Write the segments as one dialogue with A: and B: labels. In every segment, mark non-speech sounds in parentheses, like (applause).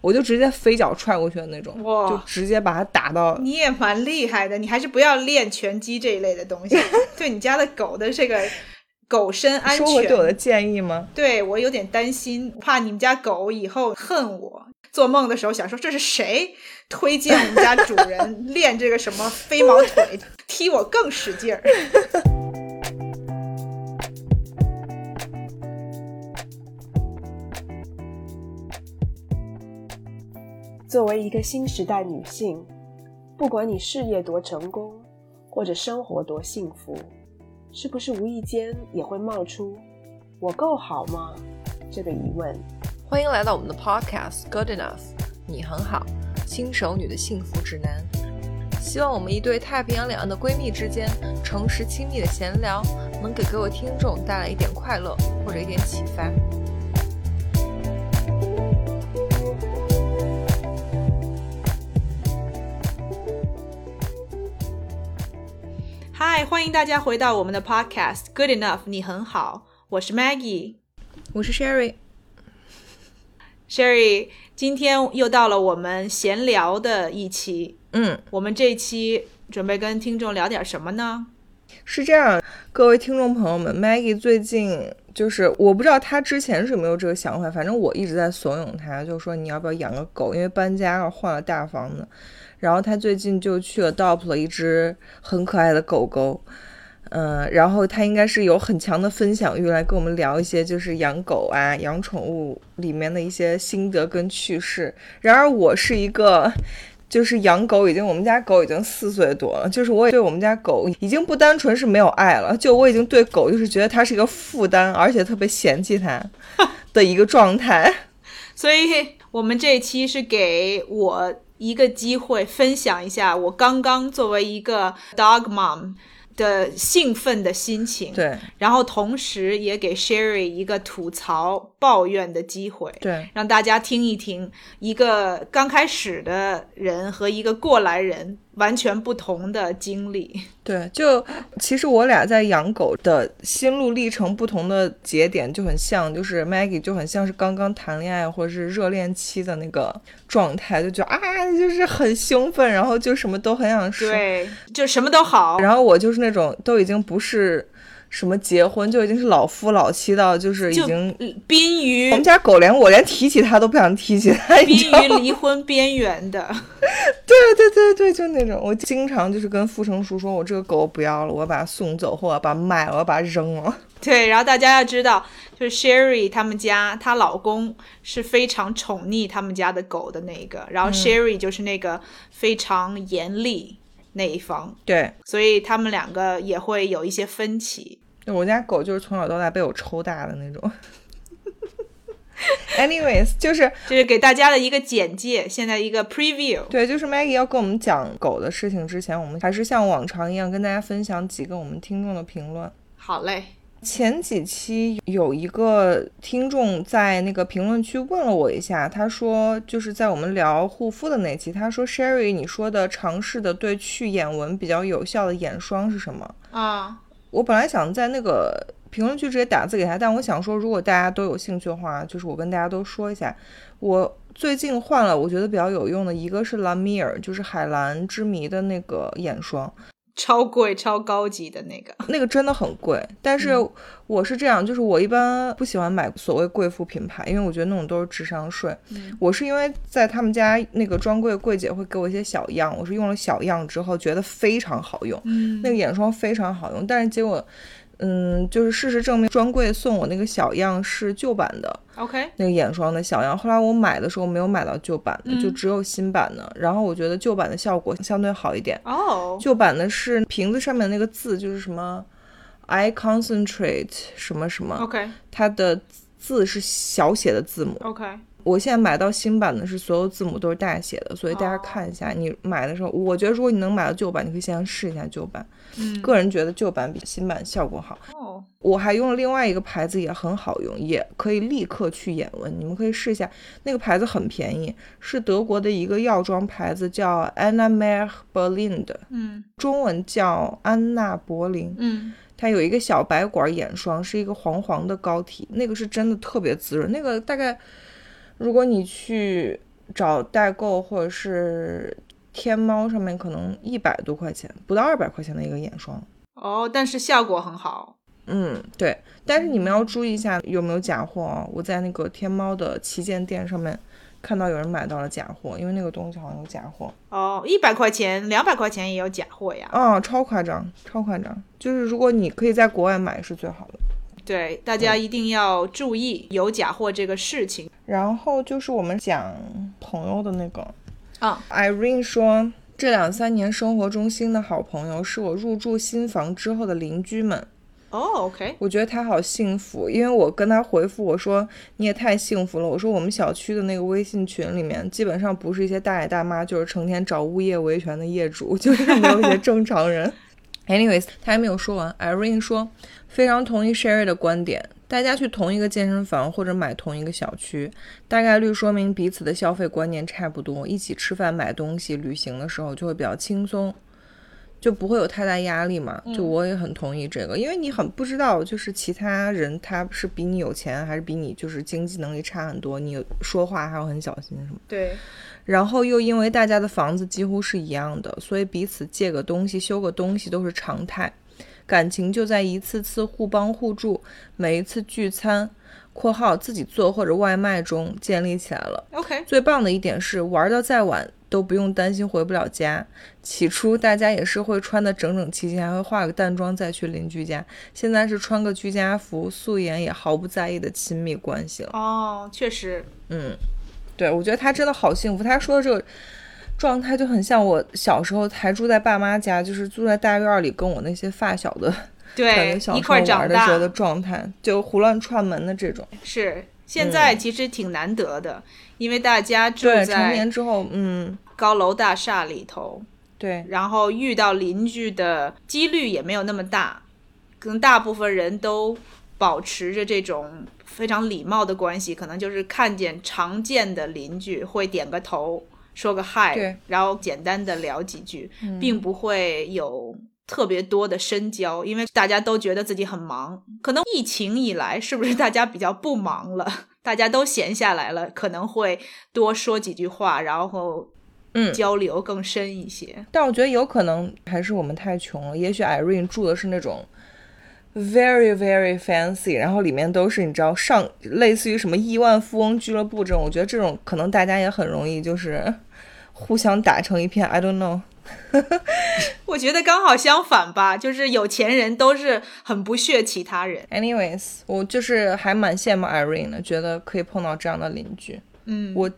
A: 我就直接飞脚踹过去的那种，
B: 哇
A: 就直接把他打到。
B: 你也蛮厉害的，你还是不要练拳击这一类的东
A: (laughs)
B: 西，对你家的狗的这个狗身安
A: 说回对我
B: 全，
A: 的建议吗？
B: 对我有点担心，怕你们家狗以后恨我。做梦的时候想说这是谁推荐我们家主人练这个什么飞毛腿，踢我更使
A: (laughs)
B: 劲儿。
C: 作为一个新时代女性，不管你事业多成功，或者生活多幸福，是不是无意间也会冒出“我够好吗”这个疑问？
D: 欢迎来到我们的 Podcast Good Enough，你很好，新手女的幸福指南。希望我们一对太平洋两岸的闺蜜之间诚实亲密的闲聊，能给各位听众带来一点快乐或者一点启发。
B: 嗨，欢迎大家回到我们的 Podcast Good Enough，你很好，我是 Maggie
D: 我是 Sherry，
B: Sherry，今天又到了我们闲聊的一期，
D: 嗯，
B: 我们这一期准备跟听众聊点什么呢？
A: 是这样，各位听众朋友们，Maggie 最近就是我不知道她之前是有没有这个想法，反正我一直在怂恿她，就说你要不要养个狗，因为搬家了换了大房子，然后她最近就去 adopt 了一只很可爱的狗狗。嗯，然后她应该是有很强的分享欲，来跟我们聊一些就是养狗啊、养宠物里面的一些心得跟趣事。然而，我是一个就是养狗已经，我们家狗已经四岁多了，就是我也对我们家狗已经不单纯是没有爱了，就我已经对狗就是觉得它是一个负担，而且特别嫌弃它的一个状态。
B: 所以我们这一期是给我一个机会，分享一下我刚刚作为一个 dog mom 的兴奋的心情，，
A: 对
B: 然后同时也给 Sherry 一个吐槽抱怨的机会。
A: 对，
B: 让大家听一听一个刚开始的人和一个过来人完全不同的经历。
A: 对，就其实我俩在养狗的心路历程不同的节点就很像，就是 Maggie 就很像是刚刚谈恋爱或者是热恋期的那个状态，就觉得啊，就是很兴奋，然后就什么都很想说。
B: 对， (laughs) 就什么都好，
A: 然后我就是那种都已经不是什么结婚，就已经是老夫老妻到就是已
B: 就
A: 经，
B: 嗯濒
A: (laughs)
B: 于
A: 我们家狗连我连提起它都不想提起它，你知
B: 濒
A: 道
B: 于
A: 吗？
B: 离婚边缘的。
A: 对对对对，就那种，我经常就是跟傅成熟说，我这个狗不要了，我要把它送走，或者把它卖了，我要把它扔了。
B: (laughs) 对，然后大家要知道，就是 Sherry 他们家，她老公是非常宠溺他们家的狗的那一个，然后 Sherry 就是那个非常严厉那一方，
A: 对，
B: 所以他们两个也会有一些分歧。
A: 我家狗就是从小到大被我抽大的那种。Anyways，就是
B: 这是给大家的一个简介，现在一个 preview。
A: 对，就是 Maggie 要跟我们讲狗的事情之前，我们还是像往常一样跟大家分享几个我们听众的评论。
B: 好嘞，
A: 前几期有一个听众在那个评论区问了我一下，他说就是在我们聊护肤的那期，他说 Sherry 你说的尝试的对去眼纹比较有效的眼霜是什么？
B: 啊、
A: 我本来想在那个评论区直接打字给他，但我想说，如果大家都有兴趣的话，就是我跟大家都说一下，我最近换了我觉得比较有用的一个是兰米尔，就是海蓝之谜的那个眼霜。
B: 超贵、超高级的那个。
A: 那个真的很贵，但是
B: 嗯
A: 我是这样，就是我一般不喜欢买所谓贵妇品牌，因为我觉得那种都是智商税。
B: 嗯
A: 我是因为在他们家那个专柜柜姐会给我一些小样，我是用了小样之后觉得非常好用，
B: 嗯
A: 那个眼霜非常好用，但是结果，嗯，就是事实证明专柜送我那个小样是旧版的，
B: (laughs) OK，
A: 那个眼霜的小样。后来我买的时候没有买到旧版的，
B: 嗯
A: 就只有新版的。然后我觉得旧版的效果相对好一点。
B: 哦、
A: 旧版的是瓶子上面那个字就是什么 I concentrate 什么什么，
B: OK
A: 它的字是小写的字母。
B: OK，
A: 我现在买到新版的是所有字母都是大写的，所以大家
B: 哦
A: 看一下，你买的时候，我觉得如果你能买到旧版，你可以先试一下旧版。
B: 嗯，
A: 个人觉得旧版比新版效果好。
B: 哦，
A: 我还用了另外一个牌子也很好用，也可以立刻去眼纹，你们可以试一下。那个牌子很便宜，是德国的一个药妆牌子，叫 Anna Mer Berlin 的。
B: 嗯
A: 中文叫安娜博林，
B: 嗯，
A: 它有一个小白管眼霜，是一个黄黄的膏体，那个是真的特别滋润，那个大概如果你去。找代购或者是天猫上面可能一百多块钱，不到二百块钱的一个眼霜。
B: 哦，但是效果很好。
A: 嗯，对，但是你们要注意一下有没有假货啊！我在那个天猫的旗舰店上面看到有人买到了假货，因为那个东西好像有假货。
B: 哦，一百块钱、两百块钱也有假货呀。
A: 啊，超夸张，超夸张！就是如果你可以在国外买是最好的。
B: 对，大家一定要注意有假货这个事情。
A: 然后就是我们讲朋友的那个
B: 啊
A: ，Irene 说，这两三年生活中新的好朋友是我入住新房之后的邻居们。
B: 哦，OK，
A: 我觉得他好幸福，因为我跟他回复我说你也太幸福了。我说我们小区的那个微信群里面，基本上不是一些大爷大妈，就是成天找物业维权的业主， (laughs) 就是没有一些正常人。Anyways，他还没有说完。Irene 说非常同意 Sherry 的观点，大家去同一个健身房或者买同一个小区，大概率说明彼此的消费观念差不多，一起吃饭、买东西、旅行的时候就会比较轻松。就不会有太大压力嘛。就我也很同意这个，因为你很不知道，就是其他人他是比你有钱，还是比你就是经济能力差很多，你说话还要很小心什么。
B: 对，
A: 然后又因为大家的房子几乎是一样的，所以彼此借个东西、修个东西都是常态，感情就在一次次互帮互助，每一次聚餐（括号自己做或者外卖）中建立起来了。
B: OK，
A: 最棒的一点是，玩到再晚都不用担心回不了家。起初大家也是会穿的整整齐齐，还会化个淡妆再去邻居家。现在是穿个居家服，素颜也毫不在意的亲密关系了。
B: 哦，确实，
A: 嗯，对，我觉得他真的好幸福。他说的这个状态就很像我小时候还住在爸妈家，就是住在大院儿里，跟我那些发小的感
B: 对
A: 觉，嗯小
B: 一
A: 时候
B: 块长
A: 玩的时候的
B: 大
A: 状态，就胡乱串门的这种。
B: 是。现在其实挺难得的，因为大家住
A: 对，成
B: 在
A: 年之后，嗯，
B: 高楼大厦里头，
A: 对，
B: 然后遇到邻居的几率也没有那么大，可能大部分人都保持着这种非常礼貌的关系，可能就是看见常见的邻居会点个头，说个
A: 对嗯
B: 嗨，然后简单的聊几句，并不会有。特别多的深交，因为大家都觉得自己很忙。可能疫情以来，是不是大家比较不忙了？ (laughs) 大家都闲下来了，可能会多说几句话，然后
A: 嗯
B: 交流更深一些。
A: 但我觉得有可能还是我们太穷了，也许 Irene 住的是那种 very very fancy，然后里面都是你知道上类似于什么亿万富翁俱乐部这种，我觉得这种可能大家也很容易就是互相打成一片。I don't know，
B: 我觉得刚好相反吧，就是有钱人都是很不屑其他人。
A: Anyways，我就是还蛮羡慕 Irene 的，觉得可以碰到这样的邻居。
B: 嗯，
A: 我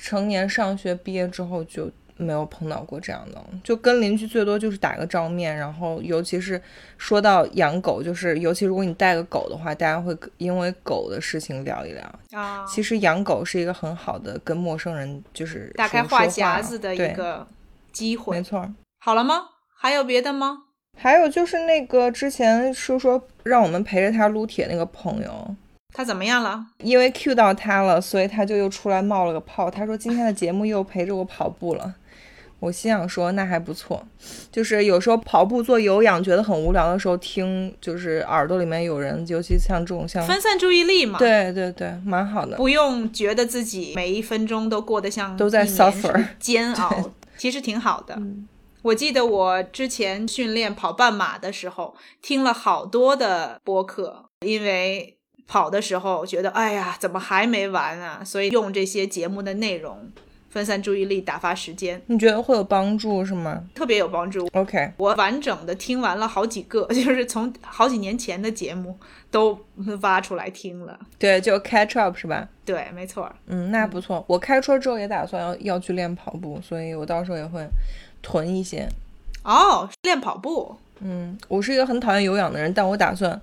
A: 成年上学毕业之后就没有碰到过这样的，就跟邻居最多就是打个照面，然后尤其是说到养狗，就是尤其如果你带个狗的话，大家会因为狗的事情聊一聊。
B: 啊，
A: 其实养狗是一个很好的跟陌生人就是
B: 打开
A: 说说话
B: 匣子的
A: 对
B: 一个
A: 没
B: 机会。
A: 错。
B: 好了吗？还有别的吗？
A: 还有就是那个之前说说让我们陪着他撸铁那个朋友，
B: 他怎么样了？
A: 因为 Q 到他了，所以他就又出来冒了个泡。他说今天的节目又陪着我跑步了。我心想说那还不错，就是有时候跑步做有氧觉得很无聊的时候，听就是耳朵里面有人，尤其像这种像，
B: 分散注意力嘛，，
A: 对对对，蛮好的。
B: 不用觉得自己每一分钟都过得像
A: 都在
B: 一年
A: suffer 嗯
B: 似的煎熬，其实挺好的。我记得我之前训练跑半马的时候，听了好多的播客，因为跑的时候觉得哎呀，怎么还没完啊？所以用这些节目的内容分散注意力，打发时间，
A: 你觉得会有帮助是吗
B: 特别有帮助。
A: ？OK，
B: 我完整的听完了好几个， (laughs) 就是从好几年前的节目都挖出来听了。
A: 对，就 catch up 是吧？
B: 对，没错儿。
A: 嗯，那不错。我开车之后也打算要要去练跑步，所以我到时候也会囤一些。
B: 哦，练跑步，
A: 嗯，我是一个很讨厌有氧的人，但我打算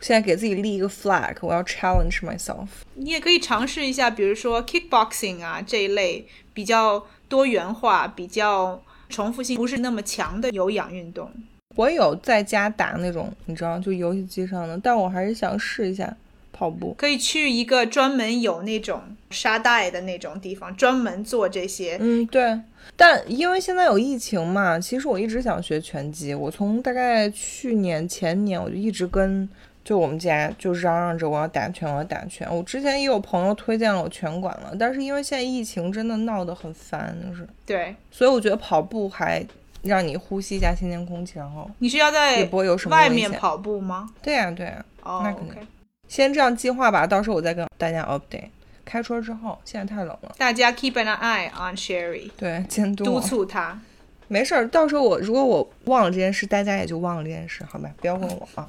A: 现在给自己立一个 flag，我要 challenge myself。
B: 你也可以尝试一下，比如说 kickboxing 啊这一类比较多元化、比较重复性不是那么强的有氧运动。
A: 我有在家打那种，你知道，就游戏机上的，但我还是想试一下跑步。
B: 可以去一个专门有那种沙袋的那种地方，专门做这些。
A: 嗯，对。但因为现在有疫情嘛，其实我一直想学拳击。我从大概去年前年我就一直跟就我们家就嚷嚷着我要打拳，我要打拳。我之前也有朋友推荐了我拳馆了，但是因为现在疫情真的闹得很烦，就是，
B: 对，
A: 所以我觉得跑步还让你呼吸一下新鲜空气，然后
B: 你是要
A: 也
B: 在
A: 不会有什么
B: 外
A: 危
B: 面
A: 险
B: 跑步吗？
A: 对呀、对呀、
B: 哦、
A: 那
B: o
A: 肯定
B: k
A: 先这样计划吧，到时候我再跟大家 update。开春之后，现在太冷了，
B: 大家 keep an eye on Sherry，
A: 对，啊监督
B: 督
A: 我。
B: 促他。
A: 没事儿，到时候我如果我忘了这件事，大家也就忘了这件事，好吧？不要问我啊。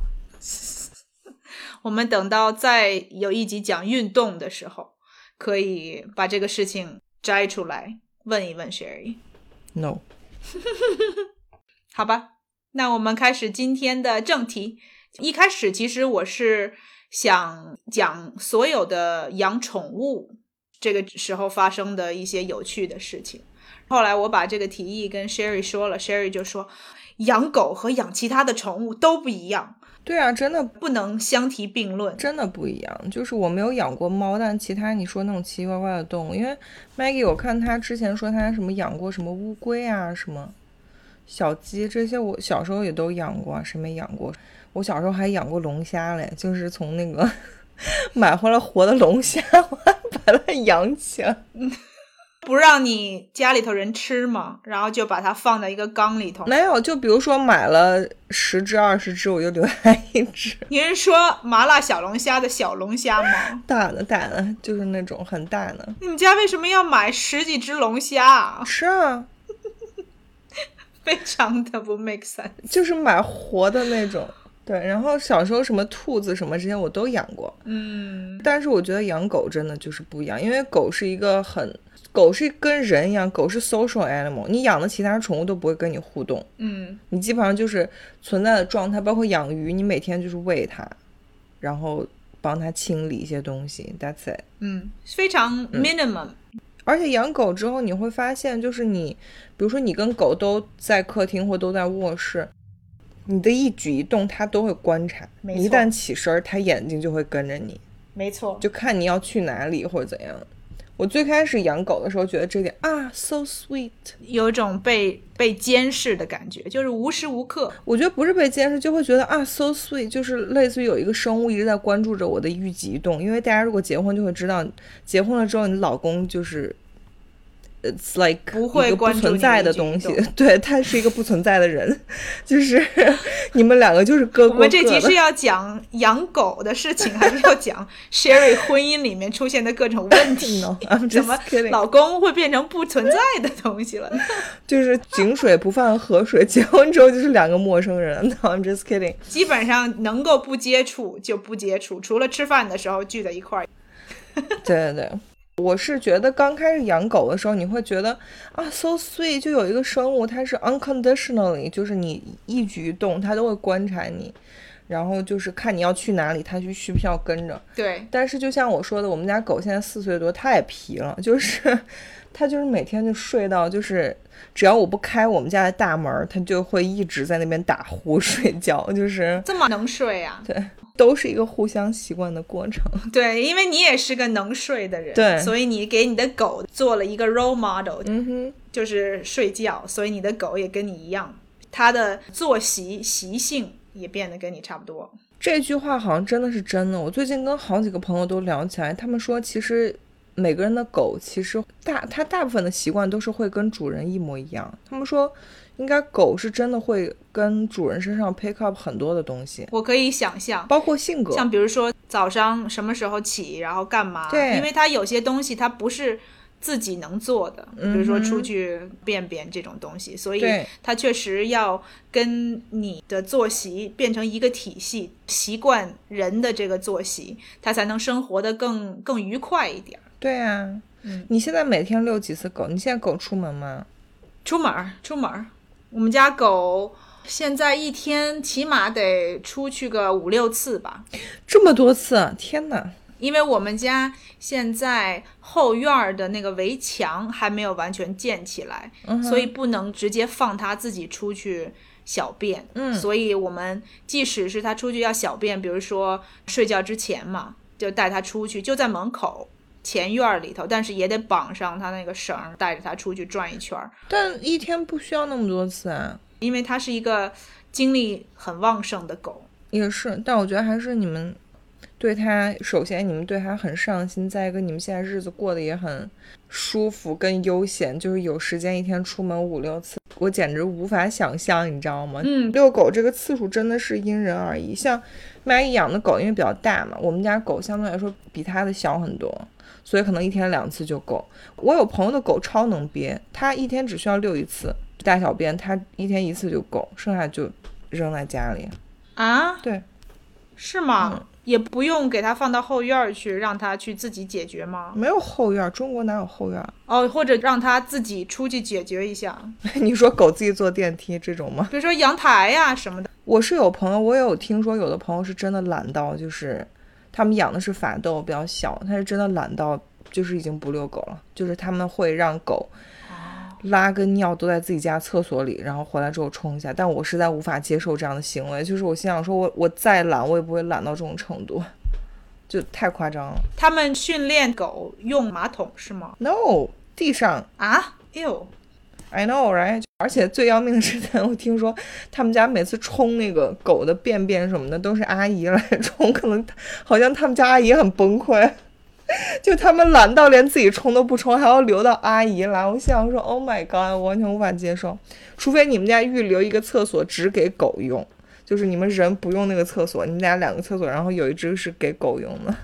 B: 我们等到再有一集讲运动的时候，可以把这个事情摘出来问一问 Sherry，
A: No，
B: 好吧？那我们开始今天的正题。一开始其实我是想讲所有的养宠物这个时候发生的一些有趣的事情。后来我把这个提议跟 Sherry 说了，Sherry 就说，养狗和养其他的宠物都不一样，
A: 对啊，真的
B: 不能相提并论。
A: 真的不一样。就是我没有养过猫，但其他你说那种奇奇怪怪的动物，因为 Maggie 我看她之前说她什么养过什么乌龟啊，什么小鸡这些，我小时候也都养过，啊谁没养过？我小时候还养过龙虾嘞，就是从那个 (laughs) 买回来活的龙虾， (laughs) 我还把它养起来。
B: 不让你家里头人吃嘛，然后就把它放在一个缸里头。
A: 没有，就比如说买了十只、二十只，我就留下一只
B: 你是说麻辣小龙虾的小龙虾吗？
A: 大的、大的，就是那种很大的。
B: 你们家为什么要买十几只龙虾啊？
A: 吃啊，
B: (laughs) 非常的不 make sense。
A: 就是买活的那种。对，然后小时候什么兔子什么这些我都养过，
B: 嗯，
A: 但是我觉得养狗真的就是不一样，因为狗是一个很，狗是跟人一样，狗是 social animal，你养的其他宠物都不会跟你互动，
B: 嗯，
A: 你基本上就是存在的状态，包括养鱼，你每天就是喂它，然后帮它清理一些东西，that's it。
B: 嗯，非常 minimum。
A: 而且养狗之后，你会发现，就是你，比如说你跟狗都在客厅或都在卧室，你的一举一动它都会观察。
B: 没
A: 你一
B: 错
A: 旦起身儿，它眼睛就会跟着你，
B: 没错，
A: 就看你要去哪里或者怎样。我最开始养狗的时候，觉得这点啊，so sweet。
B: 有一种被被监视的感觉，就是无时无刻。
A: 我觉得不是被监视，就会觉得啊，so sweet，就是类似于有一个生物一直在关注着我的一举一动。因为大家如果结婚就会知道，结婚了之后，你老公就是，it's 呃 like
B: 不会
A: 一个不
B: 关注
A: 存在的
B: 你的一举
A: 东
B: 一
A: 西
B: 动，
A: (laughs) 对，他是一个不存在的人，就是你们两个就是各
B: 我
A: 过各
B: 们这集
A: 的。
B: 是要讲养狗的事情，还是要讲
A: (laughs)
B: Sherry 婚姻里面出现的各种问题？
A: no, I'm
B: 怎
A: just
B: 么
A: kidding，
B: 老公会变成不存在的东西了呢？ (laughs)
A: 就是井水不犯河水，结婚之后就是两个陌生人。No, I'm just kidding。
B: 基本上能够不接触就不接触，除了吃饭的时候聚在一块儿。
A: 对对对，我是觉得刚开始养狗的时候，你会觉得啊，so sweet，就有一个生物，它是 unconditionally，就是你一举一动它都会观察你，然后就是看你要去哪里，它就需不需要跟着。
B: 对，
A: 但是就像我说的，我们家狗现在四岁多，它也皮了，就是它就是每天就睡到，就是只要我不开我们家的大门儿，它就会一直在那边打呼 (laughs) 睡觉，就是
B: 这么能睡啊？
A: 都是一个互相习惯的过程。
B: 对，因为你也是个能睡的人，
A: 对
B: 所以你给你的狗做了一个 role model，
A: 嗯哼，
B: 就是睡觉，所以你的狗也跟你一样，它的作息习性也变得跟你差不多。
A: 这句话好像真的是真的。我最近跟好几个朋友都聊起来，他们说其实每个人的狗其实大，它大部分的习惯都是会跟主人一模一样。他们说，应该狗是真的会跟主人身上 pick up 很多的东西，
B: 我可以想象，
A: 包括性格。
B: 像比如说早上什么时候起，然后干嘛？
A: 对
B: 因为它有些东西它不是自己能做的，比如说
A: 嗯哼
B: 出去便便这种东西，所以
A: 对
B: 它确实要跟你的作息变成一个体系，习惯人的这个作息，它才能生活的更更愉快一点儿。
A: 对啊，
B: 嗯
A: 你现在每天遛几次狗？你现在狗出门吗？
B: 出门儿，出门儿，我们家狗。现在一天起码得出去个五六次吧，
A: 这么多次，啊天哪！
B: 因为我们家现在后院儿的那个围墙还没有完全建起来，
A: 嗯哼
B: 所以不能直接放它自己出去小便。
A: 嗯
B: 所以我们即使是它出去要小便，比如说睡觉之前嘛，就带它出去，就在门口前院儿里头，但是也得绑上它那个绳儿，带着它出去转一圈儿，
A: 但一天不需要那么多次啊。
B: 因为它是一个精力很旺盛的狗。
A: 也是，但我觉得还是你们对他，首先你们对他很上心，再一个你们现在日子过得也很舒服跟悠闲，就是有时间一天出门五六次，我简直无法想象，你知道吗？
B: 嗯
A: 遛狗这个次数真的是因人而异。像麦姨养的狗因为比较大嘛，我们家狗相对来说比它的小很多，所以可能一天两次就够。我有朋友的狗超能憋，它一天只需要遛一次大小便，它一天一次就够，剩下就扔在家里。
B: 啊，
A: 对，
B: 是吗？嗯也不用给它放到后院儿去，让它去自己解决吗？
A: 没有后院，中国哪有后院？ (laughs)
B: 哦，或者让它自己出去解决一下，
A: 你说狗自己坐电梯这种吗？
B: 比如说阳台呀、什么的。
A: 我是有朋友，我也有听说，有的朋友是真的懒到，就是他们养的是法斗，比较小，他是真的懒到，就是已经不遛狗了，就是他们会让狗拉跟尿都在自己家厕所里，然后回来之后冲一下。但我实在无法接受这样的行为，就是我心想说我，我再懒，我也不会懒到这种程度，就太夸张了。
B: 他们训练狗用马桶是吗？
A: No，地上
B: 啊，哎呦，
A: I know, right？而且最要命的是， (laughs) 我听说他们家每次冲那个狗的便便什么的，都是阿姨来冲，可能好像他们家阿姨很崩溃， (laughs) 就他们懒到连自己冲都不冲，还要留到阿姨来。我想说，Oh my god，我完全无法接受，除非你们家预留一个厕所只给狗用，就是你们人不用那个厕所，你们家两个厕所，然后有一只是给狗用的，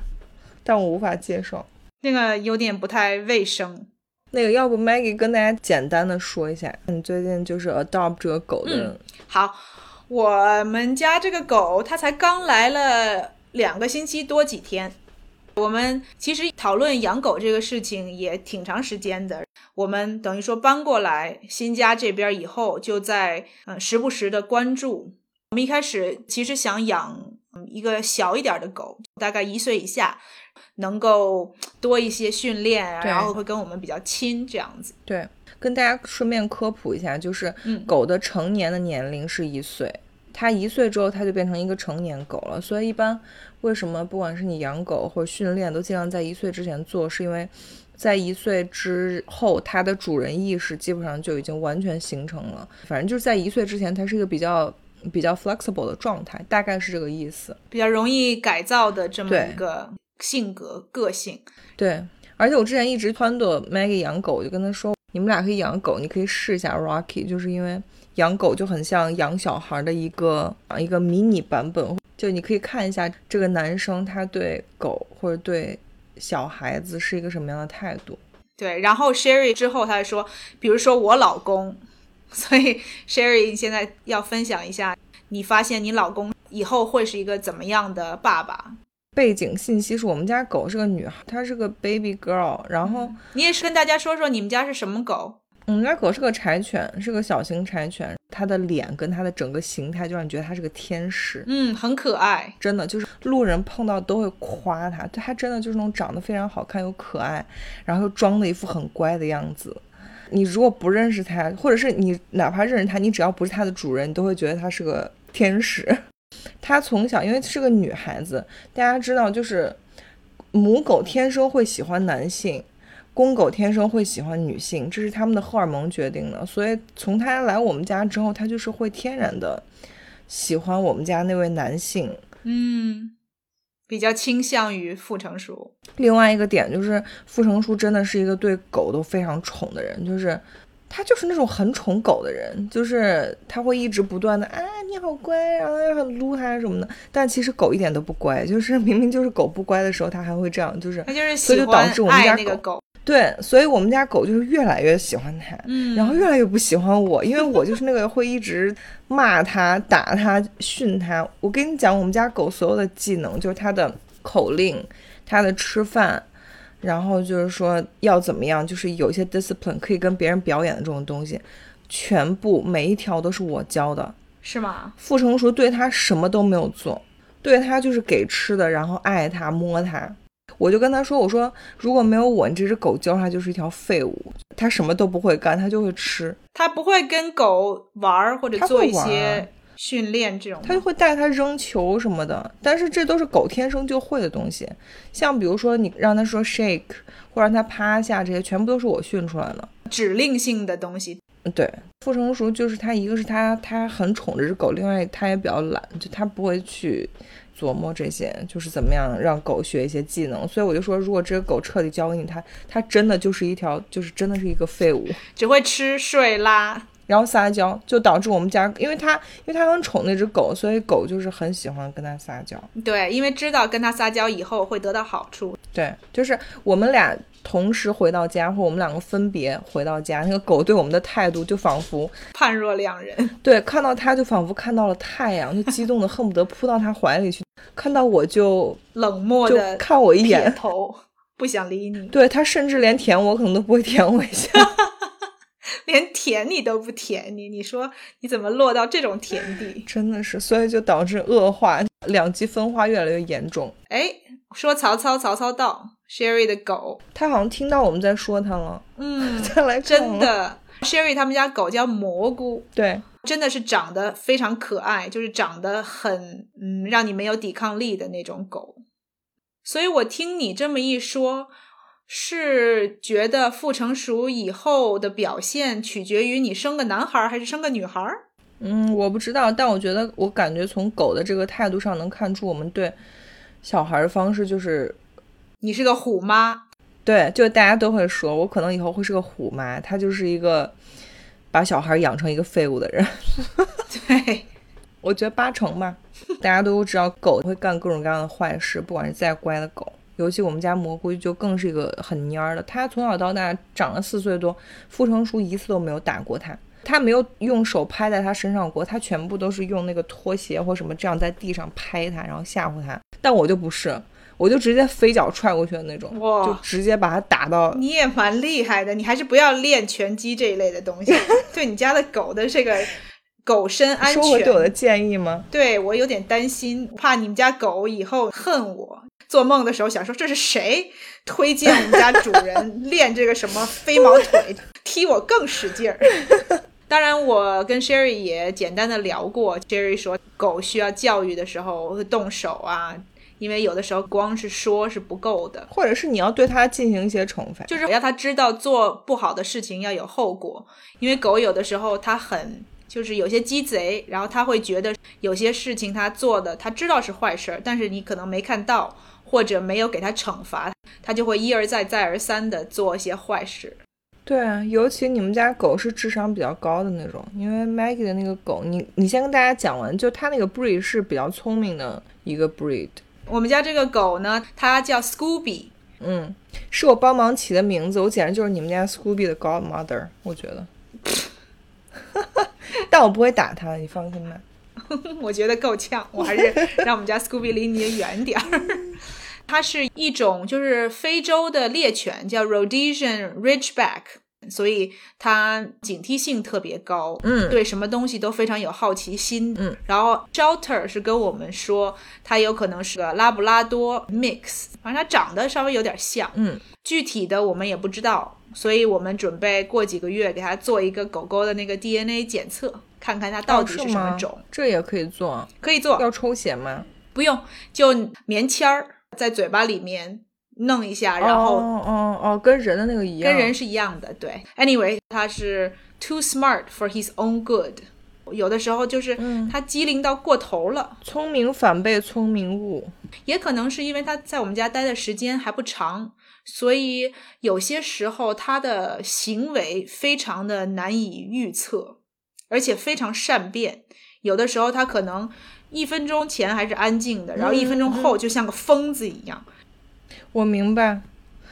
A: 但我无法接受。
B: 那个有点不太卫生。
A: 那个，要不 Maggie 跟大家简单的说一下，你最近就是 adopt 这个狗的，
B: 好，我们家这个狗它才刚来了两个星期多几天。我们其实讨论养狗这个事情也挺长时间的。我们等于说搬过来新家这边以后，就在嗯时不时的关注。我们一开始其实想养嗯一个小一点的狗，大概一岁以下，能够多一些训练啊，
A: 对
B: 然后会跟我们比较亲这样子。
A: 对，跟大家顺便科普一下，就是
B: 嗯
A: 狗的成年的年龄是一岁，它一岁之后它就变成一个成年狗了，所以一般为什么不管是你养狗或者训练，都尽量在一岁之前做，是因为。在一岁之后，它的主人意识基本上就已经完全形成了。反正就是在一岁之前，它是一个比较比较 flexible 的状态，大概是这个意思。
B: 比较容易改造的这么
A: 对
B: 一个性格个性。
A: 对，而且我之前一直撺掇 Maggie 养狗，我就跟她说，你们俩可以养狗，你可以试一下 Rocky，就是因为养狗就很像养小孩的一个啊一个迷你版本，就你可以看一下这个男生他对狗或者对小孩子是一个什么样的态度。
B: 对，然后 Sherry 之后他就说，比如说我老公， (laughs) 所以 Sherry 你现在要分享一下，你发现你老公以后会是一个怎么样的爸爸？
A: 背景信息是我们家狗是个女孩，她是个 baby girl，然后
B: 你也是跟大家说说你们家是什么狗？
A: 我们家狗是个柴犬，是个小型柴犬，它的脸跟它的整个形态就让你觉得它是个天使。
B: 嗯，很可爱。
A: 真的就是路人碰到都会夸他，对他真的就是那种长得非常好看又可爱，然后又装的一副很乖的样子。你如果不认识他，或者是你哪怕认识他，你只要不是他的主人，你都会觉得他是个天使。 (laughs) 他从小因为是个女孩子，大家知道就是母狗天生会喜欢男性，公狗天生会喜欢女性，这是他们的荷尔蒙决定的。所以从他来我们家之后，他就是会天然的喜欢我们家那位男性，
B: 嗯，比较倾向于傅成熟。
A: 另外一个点就是，傅成书真的是一个对狗都非常宠的人，就是他就是那种很宠狗的人，就是他会一直不断的啊你好乖，然后又很撸它什么的。但其实狗一点都不乖，就是明明就是狗不乖的时候，它还会这样，就是
B: 他就是
A: 所以
B: 喜
A: 就
B: 欢
A: 导致我们
B: 爱
A: 家
B: 那个
A: 狗
B: 狗，
A: 对，所以我们家狗就是越来越喜欢它。
B: 嗯，
A: 然后越来越不喜欢我，因为我就是那个会一直骂它、打它、训它。我跟你讲，我们家狗所有的技能，就是它的口令、它的吃饭，然后就是说要怎么样，就是有一些 discipline 可以跟别人表演的这种东西，全部每一条都是我教的。
B: 是吗？
A: 傅成熟对他什么都没有做，对他就是给吃的，然后爱他摸他。我就跟他说：“我说如果没有我，你这只狗教它就是一条废物，它什么都不会干，它就会吃，
B: 他不会跟狗玩儿或者
A: 它会
B: 做一
A: 玩
B: 些训练这种吗，
A: 它就会带它扔球什么的。但是这都是狗天生就会的东西，像比如说你让它说 shake 或让它趴下，这些全部都是我训出来的。嗯
B: 指令性的东西。
A: 对，不成熟就是他，一个是他他很宠这只狗，另外他也比较懒，就他不会去琢磨这些，就是怎么样让狗学一些技能。所以我就说，如果这只狗彻底交给你，它它真的就是一条，就是真的是一个废物，
B: 只会吃睡拉。
A: 然后撒娇，就导致我们家，因为它因为它很宠那只狗，所以狗就是很喜欢跟它撒娇。
B: 对，因为知道跟它撒娇以后会得到好处。
A: 对，就是我们俩同时回到家，或者我们两个分别回到家，那个狗对我们的态度就仿佛
B: 判若两人。
A: 对，看到它就仿佛看到了太阳，就激动的恨不得扑到它怀里去；看到我
B: (laughs)
A: 就
B: 冷漠
A: 就
B: 的
A: 看我一
B: 撇
A: 眼，
B: 头，不想理你， (laughs)
A: 对它甚至连舔我可能都不会舔我一下。 (laughs)
B: 连舔你都不舔你。你说你怎么落到这种田地？
A: 真的是，所以就导致恶化，两极分化越来越严重。
B: 哎，说曹操，曹操到，Sherry 的狗，
A: 它好像听到我们在说它了，(laughs)
B: 嗯，
A: 它来看
B: 真
A: 了，
B: 的，Sherry 他们家狗叫蘑菇，
A: 对
B: 真的是长得非常可爱，就是长得很嗯，让你没有抵抗力的那种狗。所以我听你这么一说，是觉得不成熟以后的表现取决于你生个男孩儿还是生个女孩儿？
A: 嗯，我不知道，但我觉得，我感觉从狗的这个态度上能看出我们对小孩儿的方式就是，
B: 你是个虎妈， (laughs)
A: 对，就大家都会说，我可能以后会是个虎妈，她就是一个把小孩儿养成一个废物的人。
B: 对，
A: 我觉得八成
B: (laughs)
A: 吧，大家都知道狗会干各种各样的坏事，不管是再乖的狗，尤其我们家蘑菇就更是一个很蔫儿的。它从小到大长了四岁多，傅成熟一次都没有打过它，它没有用手拍在它身上过，它全部都是用那个拖鞋或什么这样在地上拍它，然后吓唬它。但我就不是，我就直接飞脚踹过去的那种，
B: 哇
A: 就直接把它打到。
B: 你也蛮厉害的，你还是不要练拳击这一类的东西， (laughs) 对你家的狗的这个狗身安
A: 收回
B: 全。
A: 对我的建议吗？
B: 对我有点担心，怕你们家狗以后恨我。做梦的时候想说这是谁推荐我们家主人练这个什么飞毛腿，踢我更使劲儿。当然，我跟 Sherry 也简单的聊过，Sherry 说狗需要教育的时候会动手啊，因为有的时候光是说是不够的，
A: 或者是你要对它进行一些惩罚？
B: 就是让他知道做不好的事情要有后果，因为狗有的时候它很就是有些鸡贼，然后它会觉得有些事情它做的它知道是坏事儿，但是你可能没看到或者没有给它惩罚，它就会一而再再而三的做一些坏事。
A: 对啊，尤其你们家狗是智商比较高的那种，因为 Maggie 的那个狗，你你先跟大家讲完，就它那个 breed 是比较聪明的一个 breed，
B: 我们家这个狗呢，它叫 Scooby，
A: 嗯，是我帮忙起的名字，我简直就是你们家 Scooby 的 godmother，我觉得， (laughs) 但我不会打它，你放心吧。
B: (laughs) 我觉得够
A: (laughs)
B: 呛，我还是让我们家 Scooby 离你远点儿。 (laughs) 它是一种就是非洲的猎犬，叫 Rhodesian Ridgeback，所以它警惕性特别高，
A: 嗯
B: 对什么东西都非常有好奇心，
A: 嗯。
B: 然后 Shelter 是跟我们说，它有可能是个拉布拉多 mix，反正它长得稍微有点像，
A: 嗯，
B: 具体的我们也不知道，所以我们准备过几个月给它做一个狗狗的那个 DNA 检测，看看它到
A: 哦
B: 底是
A: 是
B: 什么
A: 吗
B: 种，哦
A: 这也可以做，
B: 可以做，
A: 要抽血吗？
B: 不用，就棉签儿在嘴巴里面弄一下，然后
A: 哦哦哦，跟人的那个一样，
B: 跟人是一样的。对，anyway，他是 too smart for his own good。有的时候就是
A: 嗯
B: 他机灵到过头了，
A: 聪明反被聪明误，
B: 也可能是因为他在我们家待的时间还不长，所以有些时候他的行为非常的难以预测，而且非常善变。有的时候他可能一分钟前还是安静的，然后一分钟
A: 嗯
B: 后就像个疯子一样。
A: 我明白，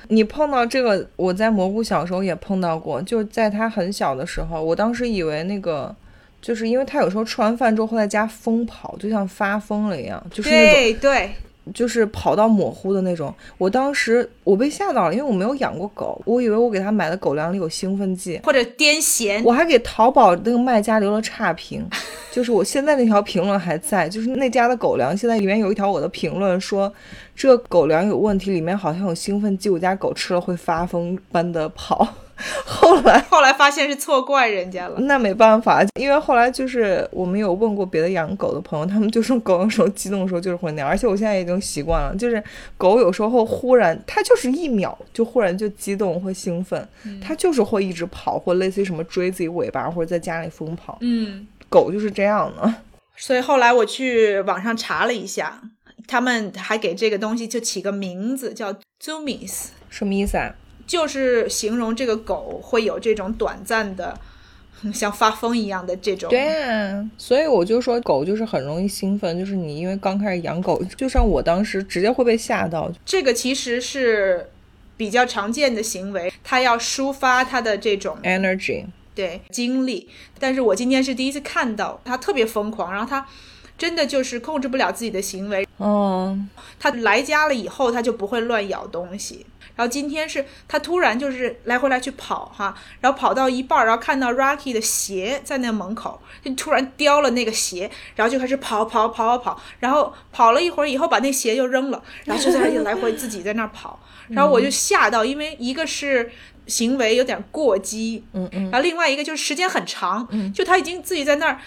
A: 你碰到这个，我在蘑菇小时候也碰到过，就在他很小的时候，我当时以为那个，就是因为他有时候吃完饭之后会在家疯跑，就像发疯了一样，就是那种 (laughs)
B: 对对，
A: 就是跑到模糊的那种。我当时我被吓到了，因为我没有养过狗，我以为我给他买的狗粮里有兴奋剂。
B: 或者癫痫
A: 我，还给淘宝那个卖家留了差评，就是我现在那条评论还在，就是那家的狗粮现在里面有一条我的评论说，这个狗粮有问题，里面好像有兴奋剂，我家狗吃了会发疯般的跑。 (laughs) 后来
B: 后来发现是错怪人家了。
A: 那没办法，因为后来就是我们有问过别的养狗的朋友，他们就说狗有时候激动的时候就是会那样，而且我现在已经习惯了，就是狗有时候忽然它就是一秒就忽然就激动会兴奋，它就是会一直跑，或类似于什么追自己尾巴，或者在家里疯跑。
B: 嗯，
A: 狗就是这样的，
B: 所以后来我去网上查了一下，他们还给这个东西就起个名字叫 zoomies，
A: 什么意思啊？
B: 就是形容这个狗会有这种短暂的， (laughs) 嗯像发疯一样的这种。
A: 对啊，所以我就说狗就是很容易兴奋，就是你因为刚开始养狗，就像我当时直接会被吓到，
B: 这个其实是比较常见的行为，它要抒发它的这
A: 哎
B: 种
A: energy。
B: 对经历。但是我今天是第一次看到它特别疯狂，然后它真的就是控制不了自己的行为，
A: 嗯，
B: 他来家了以后，他就不会乱咬东西。然后今天是他突然就是来回来去跑哈，然后跑到一半儿，然后看到 Rocky 的鞋在那门口，就突然叼了那个鞋，然后就开始跑跑跑跑跑，然后跑了一会儿以后把那鞋又扔了，然后就在那里来回自己在那儿跑，然后我就吓到，因为一个是行为有点过激，
A: 嗯嗯，
B: 然后另外一个就是时间很长，就他已经自己在那儿，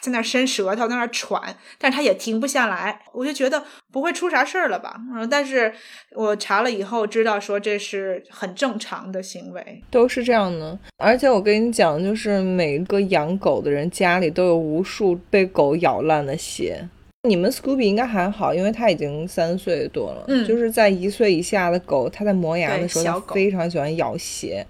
B: 在那儿伸舌头，在那儿喘，但是他也停不下来。我就觉得不会出啥事儿了吧？然后，但是我查了以后知道说这是很正常的行为。
A: 都是这样的。而且我跟你讲，就是每个养狗的人家里都有无数被狗咬烂的鞋。你们 Scooby 应该还好，因为它已经三岁多了。
B: 嗯
A: 就是在一岁以下的狗，它在磨牙的时候，
B: 对小
A: 它
B: 狗
A: 非常喜欢咬鞋。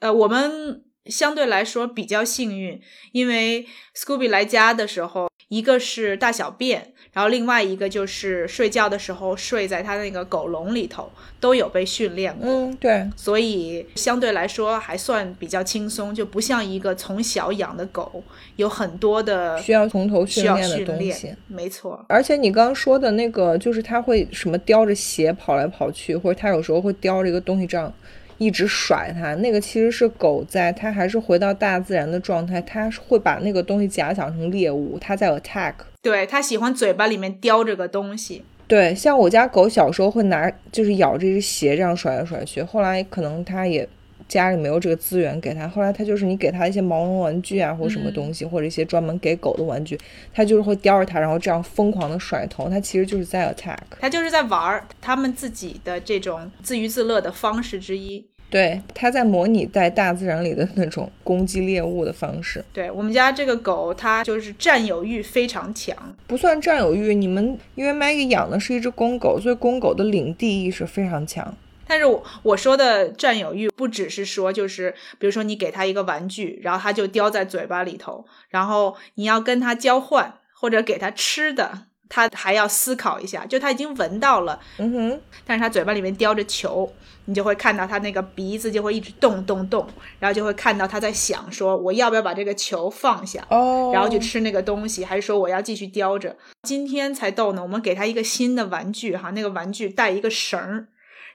B: 呃，我们相对来说比较幸运，因为 Scooby 来家的时候，一个是大小便，然后另外一个就是睡觉的时候睡在他那个狗笼里头，都有被训练过。
A: 嗯，对，
B: 所以相对来说还算比较轻松，就不像一个从小养的狗，有很多的
A: 需要从头训
B: 需要
A: 练的
B: 训
A: 东
B: 练
A: 西。
B: 没错，
A: 而且你刚刚说的那个，就是它会什么叼着鞋跑来跑去，或者它有时候会叼着一个东西这样一直甩它，那个其实是狗在它还是回到大自然的状态，它是会把那个东西假想成猎物，它在 attack。
B: 对它喜欢嘴巴里面叼着个东西。
A: 对，像我家狗小时候会拿，就是咬这只鞋这样甩来甩去。后来可能它也家里没有这个资源给它，后来它就是你给它一些毛绒玩具啊，或者什么东
B: 嗯
A: 西，或者一些专门给狗的玩具，它就是会叼着它，然后这样疯狂的甩头，它其实就是在 attack。
B: 它就是在玩儿他们自己的这种自娱自乐的方式之一。
A: 对，它在模拟在大自然里的那种攻击猎物的方式，
B: 对我们家这个狗，它就是占有欲非常强。
A: 不算占有欲。你们因为 Maggie 养的是一只公狗，所以公狗的领地意识非常强。
B: 但是我我说的占有欲，不只是说就是，比如说你给它一个玩具，然后它就叼在嘴巴里头，然后你要跟它交换或者给它吃的，它还要思考一下，就它已经闻到了，
A: 嗯哼，
B: 但是它嘴巴里面叼着球，你就会看到它那个鼻子就会一直动动动，然后就会看到它在想说我要不要把这个球放下，
A: 哦，
B: 然后去吃那个东西，还是说我要继续叼着？今天才逗呢，我们给他一个新的玩具哈，那个玩具带一个绳儿，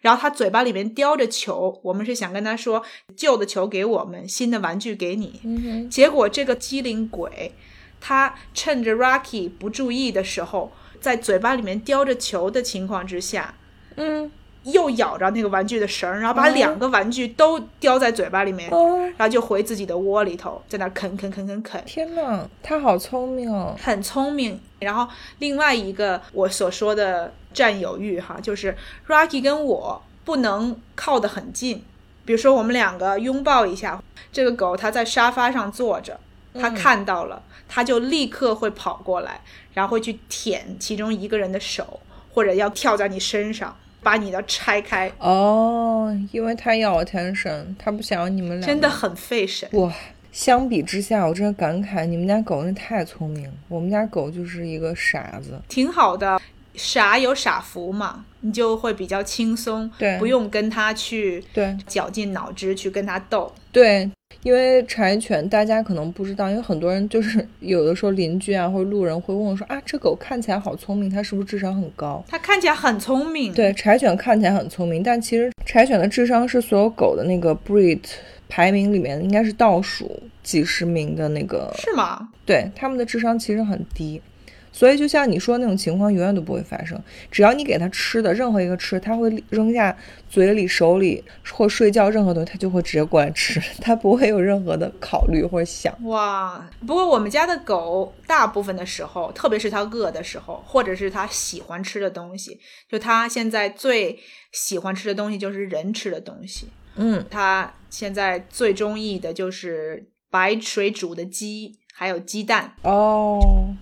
B: 然后他嘴巴里面叼着球，我们是想跟他说旧的球给我们，新的玩具给你。
A: 嗯哼，
B: 结果这个机灵鬼，他趁着 Rocky 不注意的时候，在嘴巴里面叼着球的情况之下，
A: 嗯，
B: 又咬着那个玩具的绳儿，然后把
A: 哦
B: 两个玩具都叼在嘴巴里面，
A: 哦，
B: 然后就回自己的窝里头，在那儿啃啃啃啃啃。
A: 天呐，它好聪明哦。
B: 很聪明。然后另外一个我所说的占有欲哈，就是 Rocky 跟我不能靠得很近，比如说我们两个拥抱一下，这个狗它在沙发上坐着，它看到了，它就立刻会跑过来，然后会去舔其中一个人的手，或者要跳在你身上，把你的拆开，
A: 哦，因为它要 attention，它不想要你们俩。
B: 真的很费神。
A: 哇！相比之下，我真的感慨，你们家狗真的太聪明了，我们家狗就是一个傻子。
B: 挺好的。傻有傻福嘛，你就会比较轻松，
A: 对
B: 不用跟他去
A: 对
B: 绞尽脑汁去跟他斗。
A: 对，因为柴犬大家可能不知道，因为很多人就是有的时候邻居啊或者路人会问我说啊，这狗看起来好聪明，它是不是智商很高？
B: 他看起来很聪明，
A: 对，柴犬看起来很聪明，但其实柴犬的智商是所有狗的那个 breed 排名里面应该是倒数几十名的那个，
B: 是吗？
A: 对，它们的智商其实很低。所以就像你说那种情况永远都不会发生，只要你给它吃的任何一个吃，它会扔下嘴里、手里或睡觉任何东西，它就会直接过来吃， (laughs) 它不会有任何的考虑或者想。
B: 哇！不过我们家的狗大部分的时候，特别是它饿的时候，或者是它喜欢吃的东西，就它现在最喜欢吃的东西就是人吃的东西。
A: 嗯，
B: 它现在最中意的就是白水煮的鸡，还有鸡蛋。
A: 哦，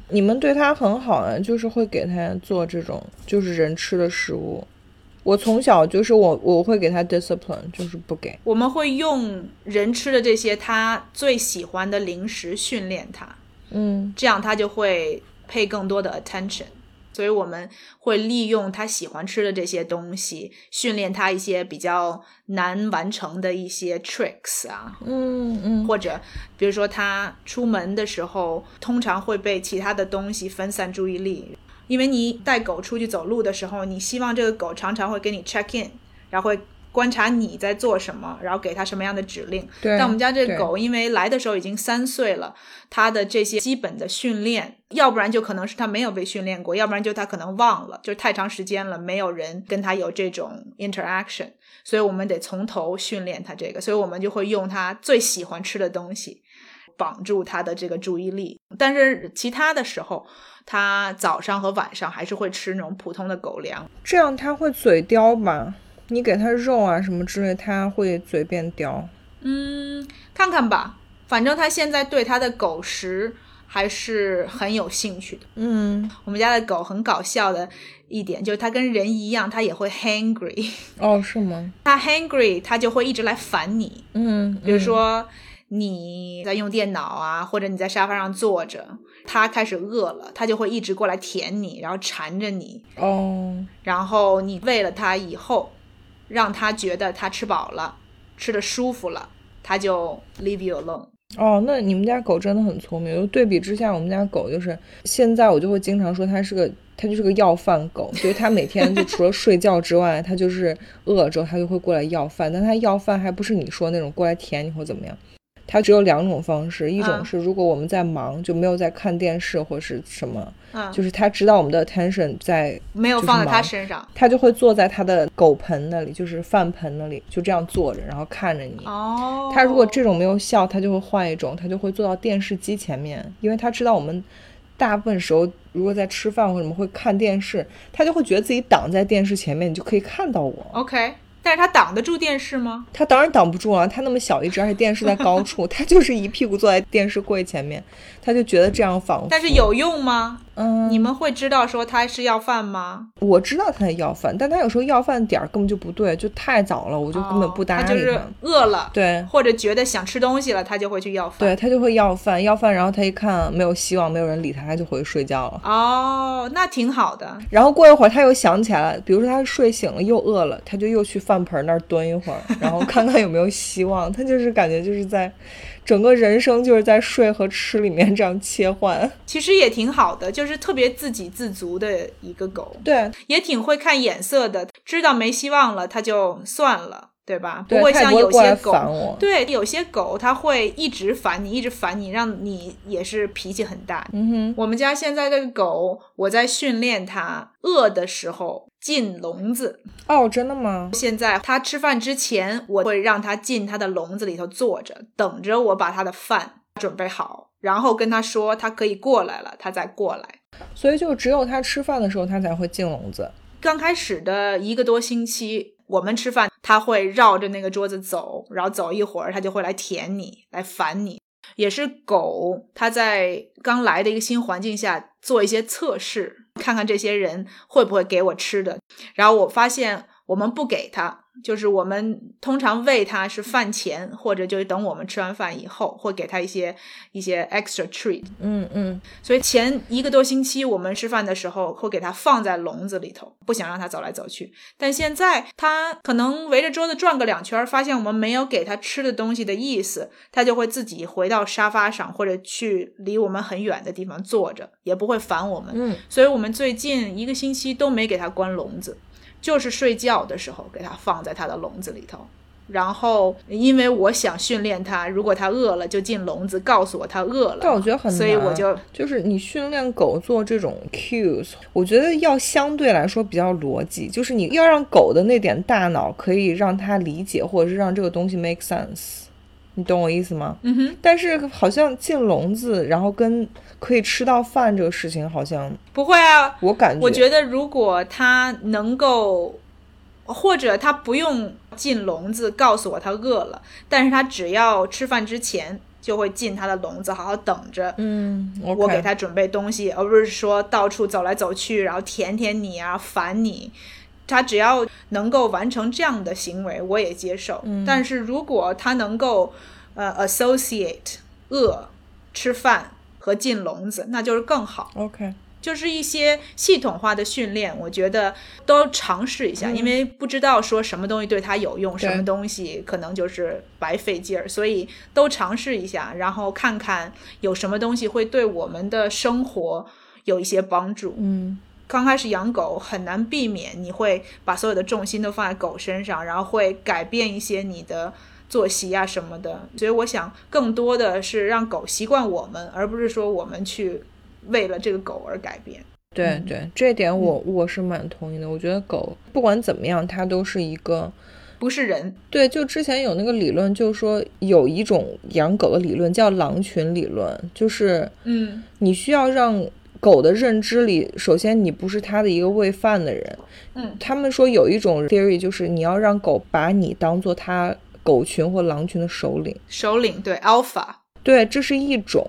A: 你们对它很好啊，就是会给它做这种就是人吃的食物。我从小就是我我会给它 discipline，就是不给。
B: 我们会用人吃的这些它最喜欢的零食训练它，
A: 嗯
B: 这样它就会配更多的 attention。所以我们会利用它喜欢吃的这些东西，训练它一些比较难完成的一些 tricks 啊，
A: 嗯嗯，
B: 或者比如说它出门的时候，通常会被其他的东西分散注意力，因为你带狗出去走路的时候，你希望这个狗常常会给你 check in，然后会观察你在做什么，然后给它什么样的指令。
A: 对。
B: 但我们家这
A: 对
B: 狗，因为来的时候已经三岁了，它的这些基本的训练，要不然就可能是它没有被训练过，要不然就它可能忘了，就是太长时间了，没有人跟它有这种 interaction，所以我们得从头训练它这个，所以我们就会用它最喜欢吃的东西。绑住它的这个注意力，但是其他的时候，它早上和晚上还是会吃那种普通的狗粮，
A: 这样它会嘴刁吧？你给它肉啊什么之类，它会嘴变刁。
B: 嗯，看看吧，反正他现在对他的狗食还是很有兴趣的。
A: 嗯，
B: 我们家的狗很搞笑的一点就是，它跟人一样，它也会 (laughs) hungry。
A: 哦，是吗？
B: 它 hungry，它就会一直来烦你。
A: 嗯，
B: 比如说你在用电脑啊，或者你在沙发上坐着，它开始饿了，它就会一直过来舔你，然后缠着你。
A: 嗯哦，
B: 然后你喂了它以后，让它觉得它吃饱了，吃的舒服了，它就 leave you alone。
A: 哦，那你们家狗真的很聪明。就对比之下，我们家狗就是现在我就会经常说它是个它就是个要饭狗，所以它每天就除了睡觉之外，它就是饿了之后它就会过来要饭，但它要饭还不是你说那种过来舔你或怎么样。它只有两种方式，一种
B: 嗯
A: 是如果我们在忙，就没有在看电视或是什么，
B: 嗯，
A: 就是它知道我们的 attention 在
B: 没有
A: 就是
B: 放在他
A: 忙
B: 身上。
A: 他就会坐在他的狗盆那里，就是饭盆那里，就这样坐着，然后看着你。
B: 哦
A: 他如果这种没有效，他就会换一种，他就会坐到电视机前面，因为他知道我们大部分时候如果在吃饭或者什么会看电视，他就会觉得自己挡在电视前面，你就可以看到我。
B: OK，但是他挡得住电视吗？
A: 他当然挡不住啊，他那么小一只，而且电视在高处，他就是一屁股坐在电视柜前面，他就觉得这样仿佛。
B: 但是有用吗？
A: 嗯，
B: 你们会知道说他是要饭吗？
A: 我知道他在要饭，但他有时候要饭点儿根本就不对，就太早了，我就根本不搭
B: 哦
A: 理
B: 他就是饿了，，
A: 对，
B: 或者觉得想吃东西了，他就会去要饭。
A: 对，他就会要饭，要饭，然后他一看没有希望，没有人理他，他就回去睡觉了。
B: 哦，那挺好的。
A: 然后过一会儿他又想起来了，比如说他睡醒了又饿了，他就又去饭盆那儿蹲一会儿，然后看看有没有希望。他就是感觉就是在整个人生就是在睡和吃里面这样切换。
B: 其实也挺好的，就是特别自给自足的一个狗，
A: 对，
B: 也挺会看眼色的，知道没希望了，它就算了，对吧？
A: 对
B: 不会
A: 他也
B: 像
A: 不会
B: 有
A: 过来
B: 些狗，
A: 烦我。
B: 对，有些狗它会一直烦你，一直烦你，让你也是脾气很大。
A: 嗯哼，
B: 我们家现在这个狗，我在训练它饿的时候进笼子。
A: 哦，真的吗？
B: 现在它吃饭之前，我会让它进它的笼子里头坐着，等着我把它的饭准备好，然后跟它说它可以过来了，它再过来。
A: 所以就只有他吃饭的时候，他才会进笼子。
B: 刚开始的一个多星期，我们吃饭，它会绕着那个桌子走，然后走一会儿，它就会来舔你，来烦你。也是狗，它在刚来的一个新环境下做一些测试，看看这些人会不会给我吃的。然后我发现我们不给它，就是我们通常喂它是饭前，或者就是等我们吃完饭以后，会给它一些一些 extra treat，
A: 嗯嗯，
B: 所以前一个多星期我们吃饭的时候会给它放在笼子里头，不想让它走来走去。但现在它可能围着桌子转个两圈，发现我们没有给它吃的东西的意思，它就会自己回到沙发上，或者去离我们很远的地方坐着，也不会烦我们。
A: 嗯，
B: 所以我们最近一个星期都没给它关笼子，就是睡觉的时候给它放在它的笼子里头。然后因为我想训练它，如果它饿了就进笼子，告诉我它饿了。
A: 但我觉得很难，
B: 所以我就
A: 就是你训练狗做这种 cues，我觉得要相对来说比较逻辑，就是你要让狗的那点大脑可以让它理解，或者是让这个东西 make sense，你懂我意思吗？
B: 嗯哼，
A: 但是好像进笼子，然后跟可以吃到饭这个事情，好像
B: 不会啊。
A: 我感觉，
B: 我觉得如果它能够，或者它不用进笼子告诉我它饿了，但是它只要吃饭之前就会进它的笼子，好好等着。
A: 嗯，
B: 我
A: OK
B: 给它准备东西，而不是说到处走来走去，然后舔舔你啊，烦你。它只要能够完成这样的行为，我也接受。
A: 嗯
B: 但是如果它能够呃 associate 饿、吃饭和进笼子，那就是更好。
A: OK，嗯
B: 就是一些系统化的训练，我觉得都尝试一下，因为不知道说什么东西对它有用，
A: 对
B: 什么东西可能就是白费劲儿，所以都尝试一下，然后看看有什么东西会对我们的生活有一些帮助。
A: 嗯，
B: 刚开始养狗很难避免，你会把所有的重心都放在狗身上，然后会改变一些你的作息啊什么的。所以我想，更多的是让狗习惯我们，而不是说我们去为了这个狗而改变。
A: 对
B: 嗯
A: 对，这一点我我是蛮同意的。我觉得狗不管怎么样，它都是一个
B: 不是人，
A: 对，就之前有那个理论，就说有一种养狗的理论叫狼群理论，就是
B: 嗯，
A: 你需要让狗的认知里，首先你不是它的一个喂饭的人，
B: 嗯
A: 他们说有一种 theory 就是你要让狗把你当做它狗群或狼群的首领，
B: 首领对 alpha，
A: 对，这是一种。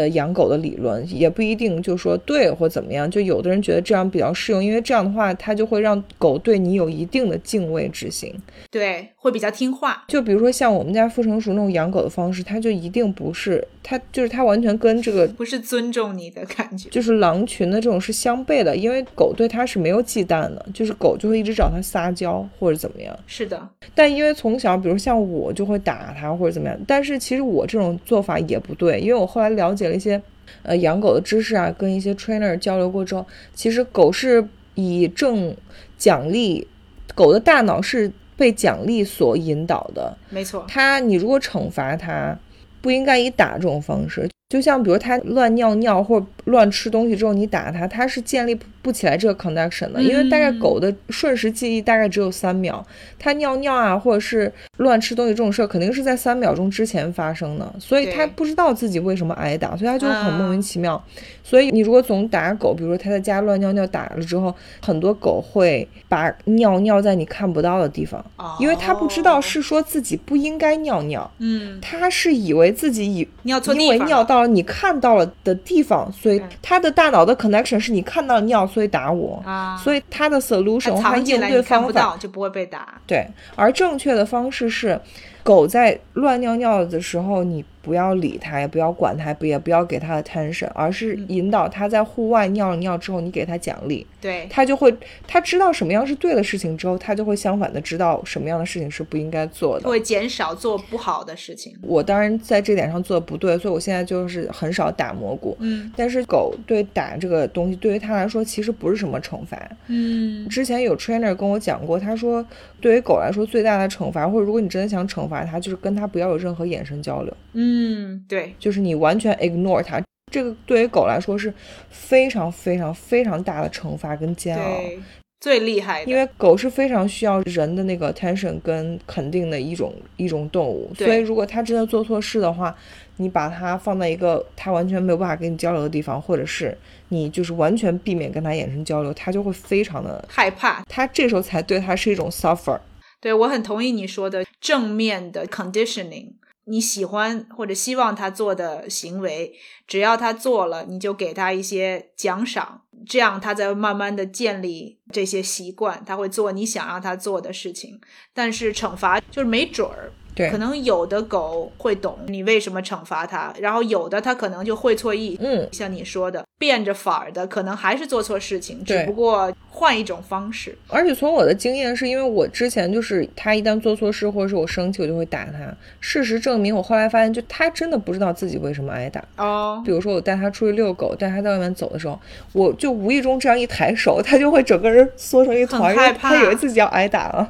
A: 呃，养狗的理论也不一定就说对或怎么样，就有的人觉得这样比较适用，因为这样的话，它就会让狗对你有一定的敬畏之心。
B: 对，会比较听话，
A: 就比如说像我们家副成熟那种养狗的方式，它就一定不是，它就是它完全跟这个
B: 不是尊重你的感觉。
A: 就是狼群的这种是相悖的，因为狗对它是没有忌惮的，就是狗就会一直找它撒娇或者怎么样。
B: 是的，
A: 但因为从小，比如像我就会打它或者怎么样，但是其实我这种做法也不对，因为我后来了解了一些呃养狗的知识啊，跟一些 trainer 交流过之后，其实狗是以正奖励，狗的大脑是被奖励所引导的，
B: 没错，
A: 他，你如果惩罚他，不应该以打这种方式。就像比如他乱尿尿或者乱吃东西之后，你打他，他是建立不不起来这个 connection 的，因为大概
B: 嗯
A: 狗的瞬时记忆大概只有三秒，它尿尿啊或者是乱吃东西这种事儿，肯定是在三秒钟之前发生的，所以
B: 对
A: 他不知道自己为什么挨打，所以他就很莫名
B: 啊
A: 其妙。所以你如果总打狗，比如说它在家乱尿尿打了之后，很多狗会把尿尿在你看不到的地方，因为它不知道
B: 哦
A: 是说自己不应该尿尿，
B: 嗯，
A: 它是以为自己以
B: 尿错
A: 因
B: 地
A: 为
B: 方
A: 尿
B: 了，
A: 到了你看到了的地方，所以
B: 嗯
A: 它的大脑的 connection 是你看到尿，所以打我，
B: 啊，
A: 所
B: 以
A: 以它的 solution 它
B: 藏
A: 应
B: 进来
A: 对
B: 你看不
A: 方法
B: 到就不会被打。
A: 对，而正确的方式是，狗在乱尿尿的时候，你不要理它，也不要管它，不也不要给它 attention，而是
B: 嗯
A: 引导它在户外尿了尿之后，你给它奖励，
B: 对，
A: 它就会，它知道什么样是对的事情之后，它就会相反的知道什么样的事情是不应该做的。
B: 会减少做不好的事情。
A: 我当然在这点上做的不对，所以我现在就是很少打蘑菇。
B: 嗯
A: 但是狗对打这个东西，对于它来说其实不是什么惩罚，
B: 嗯
A: 之前有 trainer 跟我讲过，他说对于狗来说最大的惩罚，或者如果你真的想惩罚它，就是跟它不要有任何眼神交流，
B: 嗯，对，
A: 就是你完全 ignore 它。这个对于狗来说是非常非常非常大的惩罚跟煎熬，
B: 对，最厉害的，
A: 因为狗是非常需要人的那个 attention 跟肯定的一种一种动物，
B: 对
A: 所以如果它真的做错事的话，你把它放在一个它完全没有办法跟你交流的地方，或者是你就是完全避免跟它眼神交流，它就会非常的
B: 害怕。
A: 他这时候才对他是一种 suffer。
B: 对我很同意你说的正面的 conditioning。你喜欢或者希望他做的行为，只要他做了，你就给他一些奖赏，这样他才会慢慢的建立这些习惯，他会做你想让他做的事情。但是惩罚就是没准儿，
A: 对，
B: 可能有的狗会懂你为什么惩罚它，然后有的它可能就会错意，
A: 嗯，
B: 像你说的变着法儿的，可能还是做错事情，
A: 对
B: 只不过换一种方式。
A: 而且从我的经验，是因为我之前就是他一旦做错事，或者是我生气，我就会打他。事实证明，我后来发现，就他真的不知道自己为什么挨打。
B: 哦
A: 比，如说，我带他出去遛狗，带他在外面走的时候，我就无意中这样一抬手，他就会整个人缩成一团，
B: 很
A: 因为
B: 害
A: 他以为
B: 怕
A: 自己要挨打了。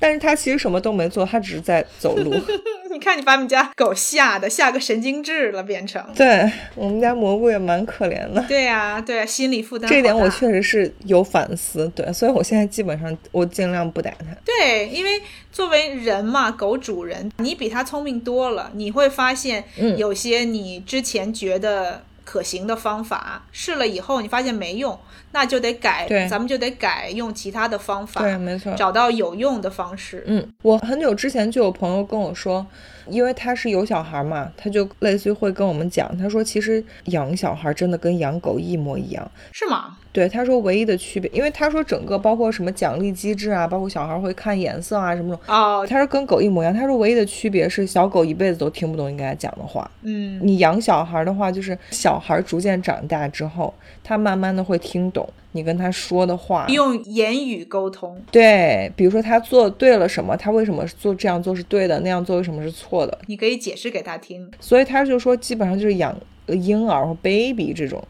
A: 但是他其实什么都没做，他只是在走路。 (laughs)
B: 你看你把我们家狗吓得吓个神经质了，变成。
A: 对我们家蘑菇也蛮可怜的，
B: 对啊，对啊，心理负担好大。
A: 这一点我确实是有反思。对，所以我现在基本上我尽量不打它。
B: 对，因为作为人嘛，狗主人，你比它聪明多了，你会发现
A: 嗯
B: 有些你之前觉得可行的方法，试了以后你发现没用，那就得改
A: 对，
B: 咱们就得改，用其他的方法，
A: 对，没错。
B: 找到有用的方式。
A: 嗯，我很久之前就有朋友跟我说，因为他是有小孩嘛，他就类似于会跟我们讲，他说其实养小孩真的跟养狗一模一样。
B: 是吗？
A: 对，他说唯一的区别，因为他说整个包括什么奖励机制啊，包括小孩会看颜色啊什么什么，
B: 哦，
A: 他说跟狗一模一样。他说唯一的区别是小狗一辈子都听不懂你给它讲的话。
B: 嗯，
A: 你养小孩的话，就是小孩逐渐长大之后，他慢慢的会听懂你跟他说的话。
B: 用言语沟通，
A: 对，比如说他做对了什么，他为什么做这样做是对的，那样做为什么是错的。
B: 你可以解释给他听。
A: 所以他就说，基本上就是养呃婴儿或 baby 这种，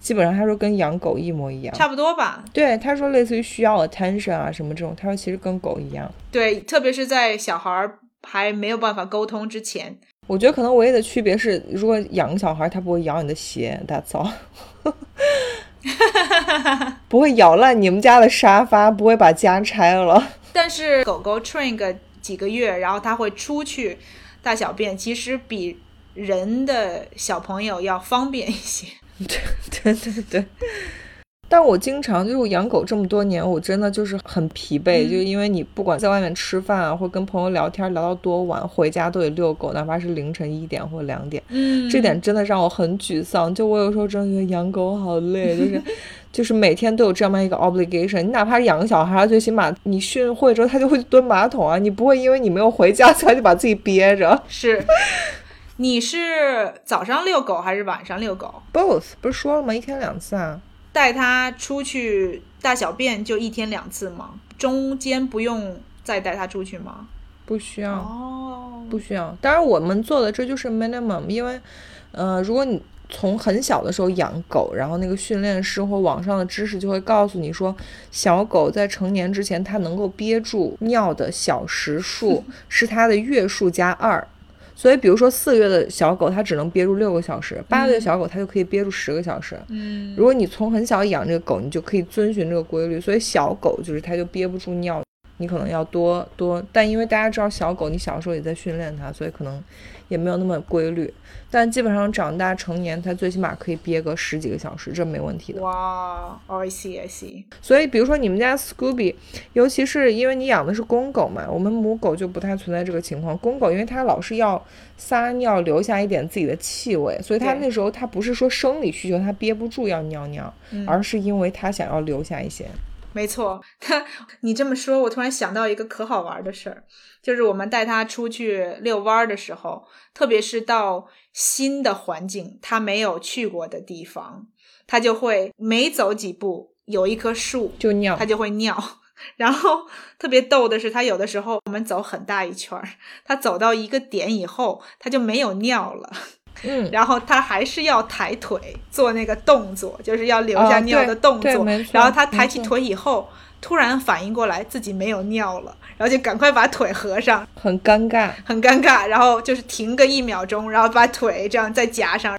A: 基本上他说跟养狗一模一样。
B: 差不多吧，
A: 对，他说类似于需要 attention 啊什么这种，他说其实跟狗一样。
B: 对，特别是在小孩儿还没有办法沟通之前，
A: 我觉得可能唯一的区别是，如果养小孩，他不会咬你的鞋，That's all，不会咬烂你们家的沙发，不会把家拆了。 (laughs)
B: 但是狗狗 train 个几个月，然后它会出去大小便，其实比人的小朋友要方便一些。
A: 对对对。但我经常就是我养狗这么多年，我真的就是很疲惫，
B: 嗯
A: 就因为你不管在外面吃饭啊，或跟朋友聊天聊到多晚，回家都得遛狗，哪怕是凌晨一点或两点。
B: 嗯
A: 这点真的让我很沮丧。就我有时候真的觉得养狗好累，就是就是每天都有这么一个 obligation。你哪怕是养个小孩，最起码你训会之后，他就会蹲马桶啊，你不会因为你没有回家，所以就把自己憋着。
B: 是。你是早上遛狗还是晚上遛狗？
A: Both 不是说了吗？一天两次啊。
B: 带它出去大小便就一天两次吗？中间不用再带它出去吗？
A: 不需要，
B: 哦，
A: 不需要。当然，我们做的这就是 minimum，因为，呃，如果你从很小的时候养狗，然后那个训练师或网上的知识就会告诉你说，小狗在成年之前它能够憋住尿的小时数是它的月数加二。所以，比如说四月的小狗，它只能憋住六个小时；八月的小狗，它就可以憋住十个小时。
B: 嗯，
A: 如果你从很小养这个狗，你就可以遵循这个规律。所以小狗就是它就憋不住尿，你可能要多多，但因为大家知道小狗，你小时候也在训练它，所以可能也没有那么规律。但基本上长大成年，它最起码可以憋个十几个小时，这没问题的。
B: 哇哦，I see I see，
A: 所以比如说你们家 Scooby，尤其是因为你养的是公狗嘛，我们母狗就不太存在这个情况。公狗因为它老是要撒尿，留下一点自己的气味，所以它
B: 对
A: 那时候它不是说生理需求，它憋不住要尿尿，
B: 嗯
A: 而是因为它想要留下一些。
B: 没错，你这么说，我突然想到一个可好玩的事儿，就是我们带它出去遛弯儿的时候，特别是到新的环境，它没有去过的地方，它就会每走几步有一棵树，
A: 就尿
B: 它，就会尿。 (laughs) 然后特别逗的是，它有的时候我们走很大一圈儿，它走到一个点以后，它就没有尿了，
A: 嗯，
B: 然后它还是要抬腿做那个动作，就是要留下
A: 哦
B: 尿的
A: 对
B: 动作。
A: 对没错
B: 然后它抬
A: 没
B: 起
A: 错
B: 腿以后，突然反应过来自己没有尿了，然后就赶快把腿合上，
A: 很尴尬。
B: 很尴尬。然后就是停个一秒钟，然后把腿这样再夹上。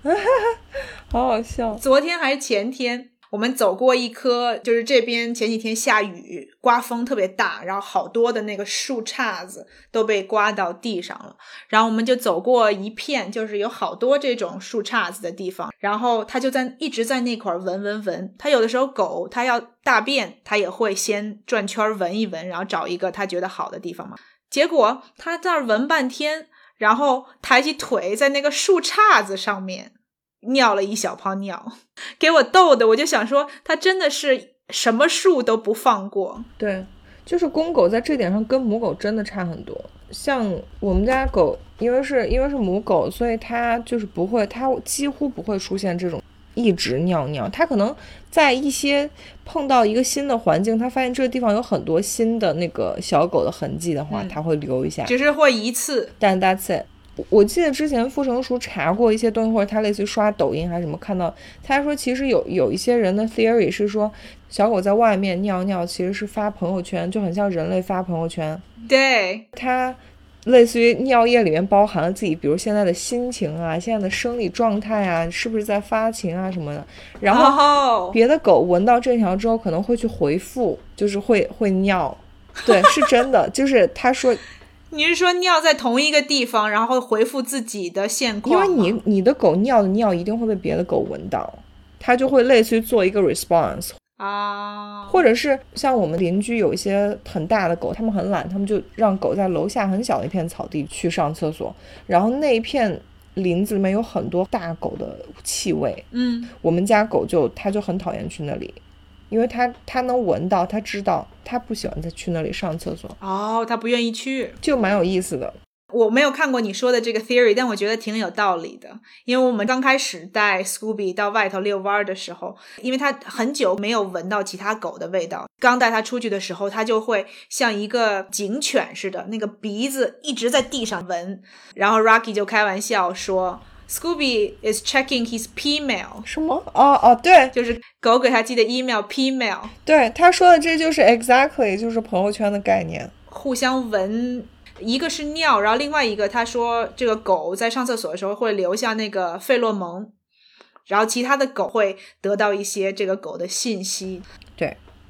A: 好好笑。
B: 昨天还是前天，我们走过一棵，就是这边前几天下雨，刮风特别大，然后好多的那个树杈子都被刮到地上了。然后我们就走过一片，就是有好多这种树杈子的地方，然后它就在一直在那块儿闻闻闻。它有的时候狗它要大便，它也会先转圈儿闻一闻，然后找一个它觉得好的地方嘛。结果它在那儿闻半天，然后抬起腿在那个树杈子上面尿了一小泡尿，给我逗的，我就想说它真的是什么树都不放过。
A: 对，就是公狗在这点上跟母狗真的差很多。像我们家狗，因为是因为是母狗，所以它就是不会，它几乎不会出现这种一直尿尿。它可能在一些碰到一个新的环境，它发现这个地方有很多新的那个小狗的痕迹的话，
B: 嗯
A: 它会留一下。
B: 只是会一次，
A: 但 that's it。我记得之前傅成熟查过一些东西，或者他类似于刷抖音还是什么，看到他说其实有有一些人的 theory 是说，小狗在外面尿尿其实是发朋友圈，就很像人类发朋友圈，
B: 对，
A: 它类似于尿液里面包含了自己，比如现在的心情啊，现在的生理状态啊，是不是在发情啊什么的，然
B: 哦
A: 后。
B: 后
A: 别的狗闻到这条之后，可能会去回复，就是会会尿，对，是真的。就是他说，
B: 你是说尿在同一个地方，然后回复自己的现
A: 因为
B: 况吗？
A: 你你的狗尿的尿一定会被别的狗闻到，它就会类似于做一个 response，
B: 啊，
A: 或者是像我们邻居有一些很大的狗，他们很懒，他们就让狗在楼下很小的一片草地去上厕所，然后那一片林子里面有很多大狗的气味，
B: 嗯，
A: 我们家狗就它就很讨厌去那里，因为它它能闻到，它知道它不喜欢再去那里上厕所，
B: 哦，他不愿意去。
A: 就蛮有意思的。
B: 我没有看过你说的这个 theory，但我觉得挺有道理的。因为我们刚开始带 Scooby 到外头遛弯儿的时候，因为它很久没有闻到其他狗的味道，刚带它出去的时候，它就会像一个警犬似的，那个鼻子一直在地上闻。然后 Rocky 就开玩笑说，Scooby is checking his p mail，
A: 什么？哦哦，对
B: 就是狗给它寄的 email p mail，
A: 对，他说的这就是 exactly 就是朋友圈的概念。
B: 互相闻，一个是尿，然后另外一个他说这个狗在上厕所的时候会留下那个费洛蒙，然后其他的狗会得到一些这个狗的信息。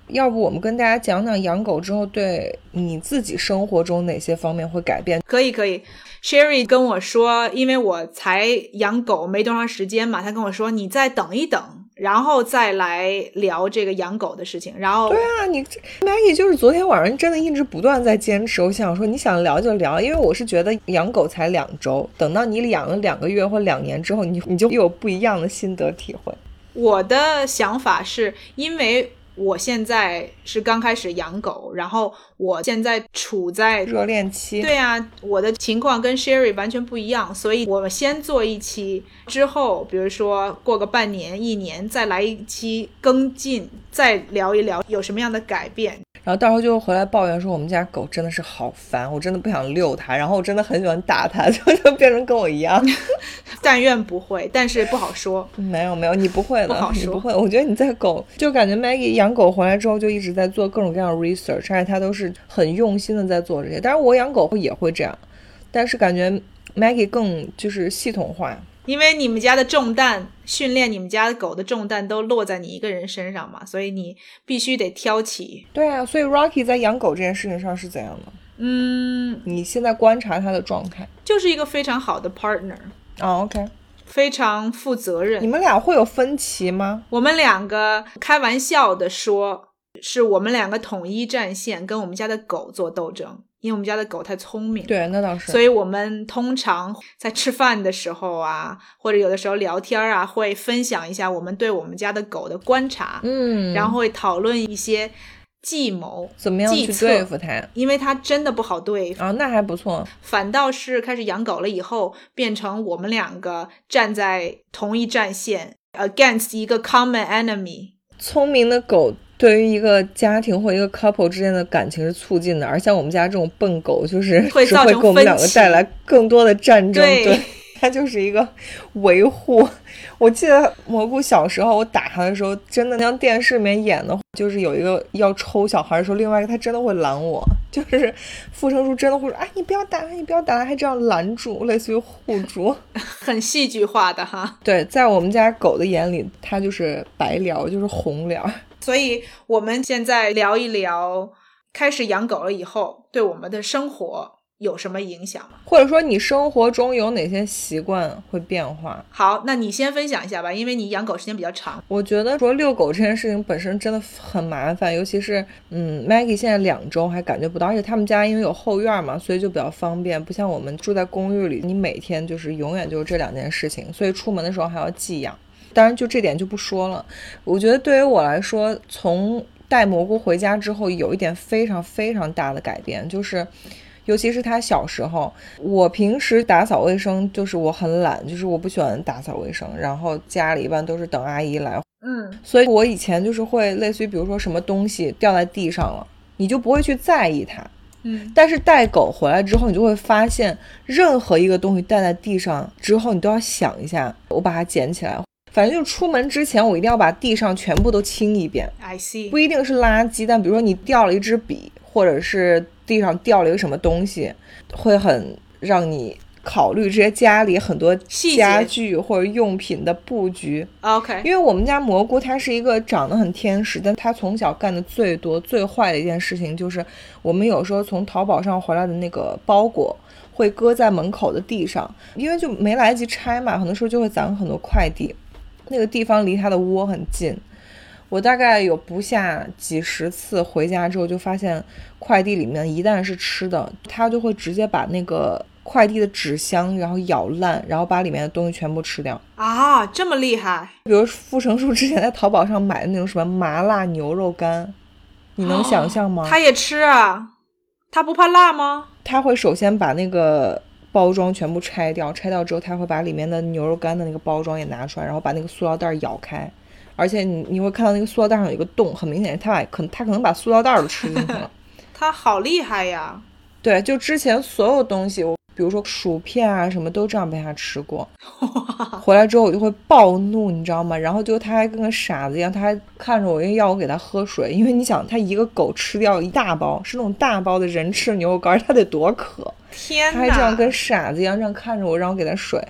A: 要不我们跟大家讲讲养狗之后对你自己生活中哪些方面会改变？
B: 可以可以，Sherry 跟我说，因为我才养狗没多长时间嘛，他跟我说你再等一等，然后再来聊这个养狗的事情。然后
A: 对啊，你这 Maggie 就是昨天晚上真的一直不断在坚持。我想说，你想聊就聊，因为我是觉得养狗才两周，等到你养了两个月或两年之后，你你就又有不一样的心得体会。
B: 我的想法是因为我现在是刚开始养狗，然后我现在处在
A: 热恋期，
B: 对啊，我的情况跟 Sherry 完全不一样，所以我们先做一期，之后比如说过个半年、一年，再来一期跟进，再聊一聊有什么样的改变。 (laughs)
A: 然后到时候就回来抱怨说我们家狗真的是好烦，我真的不想遛它，然后我真的很喜欢打它， (laughs) 就就变成跟我一样。
B: 但愿不会，但是不好说。
A: 没有没有，你不会
B: 不
A: 的
B: 好，
A: 你
B: 说
A: 不会。我觉得你在狗，就感觉 Maggie 养狗回来之后就一直在做各种各样的 research，而且她都是很用心的在做这些。当然我养狗也会这样，但是感觉 Maggie 更就是系统化。
B: 因为你们家的重担，训练你们家的狗的重担都落在你一个人身上嘛，所以你必须得挑起。
A: 对啊，所以 Rocky 在养狗这件事情上是怎样的？
B: 嗯，
A: 你现在观察它的状态。
B: 就是一个非常好的 partner，
A: 哦、o k
B: 非常负责任
A: 你。们俩会有分歧吗？
B: 我们两个开玩笑的说，是我们两个统一战线，跟我们家的狗做斗争，因为我们家的狗太聪明。。
A: 对，那倒是。
B: 所以我们通常在吃饭的时候啊，或者有的时候聊天啊，会分享一下我们对我们家的狗的观察，
A: 嗯，
B: 然后会讨论一些计谋，
A: 怎么样
B: 计
A: 去
B: 策
A: 对付它？
B: 因为它真的不好对付。
A: 啊，那还不错。
B: 反倒是开始养狗了以后，变成我们两个站在同一战线，against 一个 common enemy，
A: 聪明的狗对于一个家庭或一个 couple 之间的感情是促进的，而像我们家这种笨狗，就是
B: 会
A: 只
B: 造
A: 会
B: 成
A: 给我们
B: 分
A: 两个
B: 歧
A: 带来更多的战争。
B: 对
A: 对， (laughs) 它就是一个维护。我记得蘑菇小时候，我打它的时候，真的像电视里面演的，就是有一个要抽小孩的时候，另外一个它真的会拦我，就是傅成书真的会说：“哎，你不要打它，你不要打它！”还这样拦住，类似于护住。
B: 很戏剧化的哈。
A: 对，在我们家狗的眼里，它就是白聊，就是红聊。
B: 所以我们现在聊一聊，开始养狗了以后，对我们的生活有什么影响吗？
A: 或者说你生活中有哪些习惯会变化？
B: 好，那你先分享一下吧，因为你养狗时间比较长。
A: 我觉得说遛狗这件事情本身真的很麻烦，尤其是嗯，Maggie 现在两周还感觉不到，而且他们家因为有后院嘛，所以就比较方便，不像我们住在公寓里，你每天就是永远就是这两件事情，所以出门的时候还要寄养。当然，就这点就不说了。我觉得对于我来说，从带蘑菇回家之后，有一点非常非常大的改变，就是。尤其是他小时候，我平时打扫卫生就是我很懒，就是我不喜欢打扫卫生，然后家里一般都是等阿姨来，
B: 嗯，
A: 所以我以前就是会类似于，比如说什么东西掉在地上了，你就不会去在意它，
B: 嗯，
A: 但是带狗回来之后，你就会发现，任何一个东西带在地上之后，你都要想一下，我把它捡起来。反正就出门之前，我一定要把地上全部都清一遍，
B: I see，
A: 不一定是垃圾，但比如说你掉了一支笔，或者是地上掉了一个什么东西，会很让你考虑这些家里很多
B: 细节
A: 家具或者用品的布局。
B: OK，
A: 因为我们家蘑菇，它是一个长得很天使，但它从小干的最多、最坏的一件事情，就是我们有时候从淘宝上回来的那个包裹会搁在门口的地上，因为就没来得及拆嘛，很多时候就会攒很多快递。那个地方离它的窝很近，我大概有不下几十次回家之后，就发现快递里面一旦是吃的，它就会直接把那个快递的纸箱然后咬烂，然后把里面的东西全部吃掉。
B: 啊，这么厉害，
A: 比如傅成树之前在淘宝上买的那种什么麻辣牛肉干，你能想象吗？
B: 他也吃啊？他不怕辣吗？
A: 他会首先把那个包装全部拆掉，拆掉之后他会把里面的牛肉干的那个包装也拿出来，然后把那个塑料袋儿咬开，而且你你会看到那个塑料袋上有一个洞，很明显他把可能他可能把塑料袋儿都吃进去了。
B: 他好厉害呀！
A: 对，就之前所有东西，我比如说薯片啊什么都这样被他吃过。回来之后我就会暴怒，你知道吗？然后就他还跟个傻子一样，他还看着我，因为要我给他喝水，因为你想他一个狗吃掉一大包，是那种大包的人吃的牛肉干，他得多渴，
B: 天
A: 他
B: 哪，
A: 还这样跟傻子一样这样看着我，让我给他水，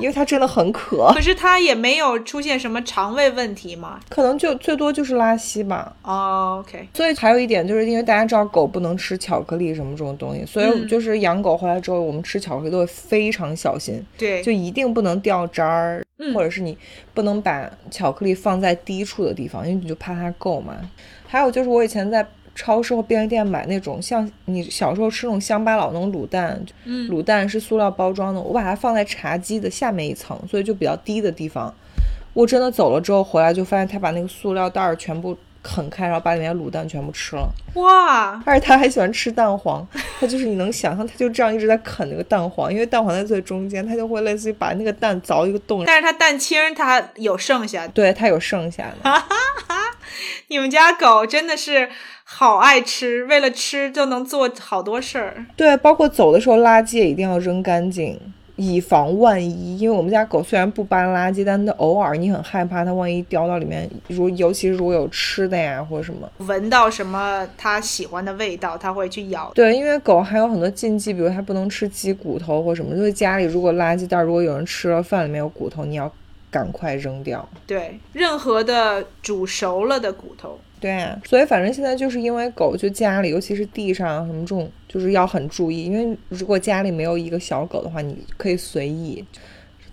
A: 因为他真的很渴，
B: 可是他也没有出现什么肠胃问题嘛
A: 可能就最多就是拉稀吧。
B: 哦？OK，
A: 所以还有一点，就是因为大家知道狗不能吃巧克力什么这种东西，所以
B: 嗯
A: 就是养狗回来之后，我们吃巧克力都会非常小心，
B: 对，
A: 就一定不能掉渣儿，
B: 嗯
A: 或者是你不能把巧克力放在低处的地方，因为你就怕它够嘛。还有就是我以前在超市或便利店买那种像你小时候吃那种乡巴佬那种卤蛋，
B: 嗯
A: 卤蛋是塑料包装的，我把它放在茶几的下面一层，所以就比较低的地方。我真的走了之后回来，就发现他把那个塑料袋儿全部啃开，然后把里面的卤蛋全部吃了。
B: 哇，
A: 而且他还喜欢吃蛋黄，他就是你能想象，他就这样一直在啃那个蛋黄，因为蛋黄在最中间，他就会类似于把那个蛋凿一个洞，
B: 但是它蛋清儿它有剩下，
A: 对他有剩下的。
B: 你们家狗真的是好爱吃，为了吃就能做好多事儿。
A: 对，包括走的时候垃圾也一定要扔干净，以防万一。因为我们家狗虽然不搬垃圾，但它偶尔你很害怕它万一掉到里面，如尤其是如果有吃的呀或者什么。
B: 闻到什么它喜欢的味道，它会去咬。
A: 对，因为狗还有很多禁忌，比如它不能吃鸡骨头或什么。就是家里如果垃圾袋如果有人吃了饭里面有骨头，你要赶快扔掉。
B: 对，任何的煮熟了的骨头，
A: 对啊，所以反正现在就是因为狗，就家里尤其是地上啊什么这种，就是要很注意，因为如果家里没有一个小狗的话，你可以随意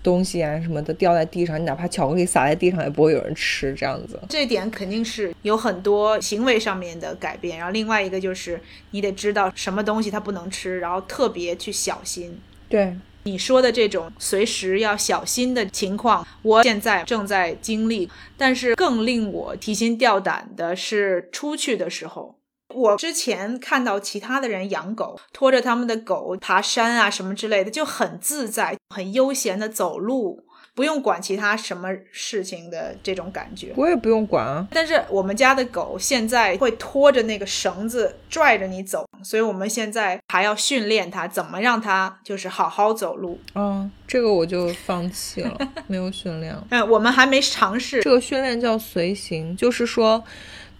A: 东西啊什么的掉在地上，你哪怕巧克力撒在地上也不会有人吃这样子。
B: 这点肯定是有很多行为上面的改变。然后另外一个就是你得知道什么东西它不能吃，然后特别去小心。
A: 对，
B: 你说的这种随时要小心的情况，我现在正在经历。但是更令我提心吊胆的是出去的时候。我之前看到其他的人养狗，拖着他们的狗爬山啊什么之类的，就很自在、很悠闲的走路，不用管其他什么事情的这种感觉。
A: 我也不用管啊。
B: 但是我们家的狗现在会拖着那个绳子拽着你走，所以我们现在还要训练它怎么让它就是好好走路。
A: 嗯，这个我就放弃 (laughs) 了，没有训练了。
B: 嗯，我们还没尝试
A: 这。个训练叫随行，就是说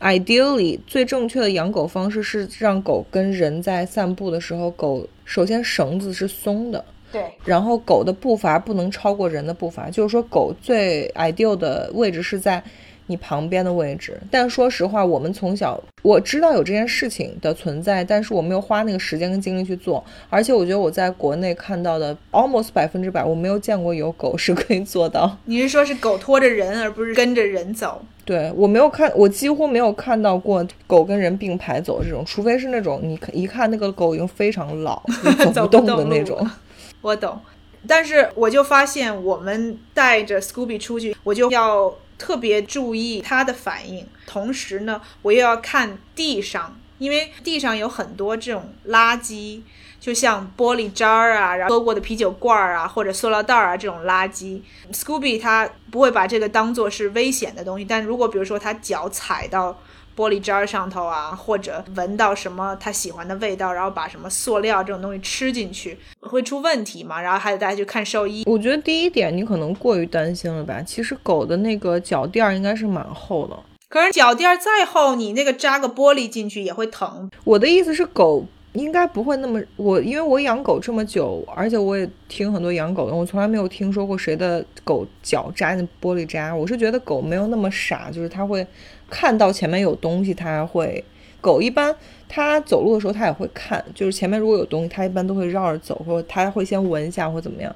A: ，ideally 最正确的养狗方式是让狗跟人在散步的时候，狗首先绳子是松的，
B: 对，
A: 然后狗的步伐不能超过人的步伐，就是说狗最 ideal 的位置是在你旁边的位置。但说实话，我们从小我知道有这件事情的存在，但是我没有花那个时间跟精力去做。而且我觉得我在国内看到的 almost 百分之百，我没有见过有狗是可以做到。 (laughs)
B: 你是说是狗拖着人，而不是跟着人走？
A: 对我没有看，我几乎没有看到过狗跟人并排走这种，除非是那种你一看那个狗已经非常老走
B: (laughs) 走
A: 不
B: 不
A: 动
B: 动
A: 的那
B: 路
A: 种。
B: 我懂，但是我就发现，我们带着 Scooby 出去，我就要特别注意它的反应，同时呢，我又要看地上，因为地上有很多这种垃圾，就像玻璃渣儿啊，然后喝过的啤酒罐儿啊，或者塑料袋儿啊这种垃圾。Scooby 它不会把这个当做是危险的东西，但如果比如说它脚踩到。玻璃渣上头啊，或者闻到什么他喜欢的味道，然后把什么塑料这种东西吃进去，会出问题嘛？然后还得带去看兽医。
A: 我觉得第一点你可能过于担心了吧。其实狗的那个脚垫儿应该是蛮厚的。
B: 可是脚垫儿再厚，你那个扎个玻璃进去也会疼。
A: 我的意思是，狗应该不会那么我，因为我养狗这么久，而且我也听很多养狗的，我从来没有听说过谁的狗脚扎进玻璃渣。我是觉得狗没有那么傻，就是它会看到前面有东西，它会。狗一般它走路的时候它也会看，就是前面如果有东西，它一般都会绕着走，或者它会先闻一下或怎么样。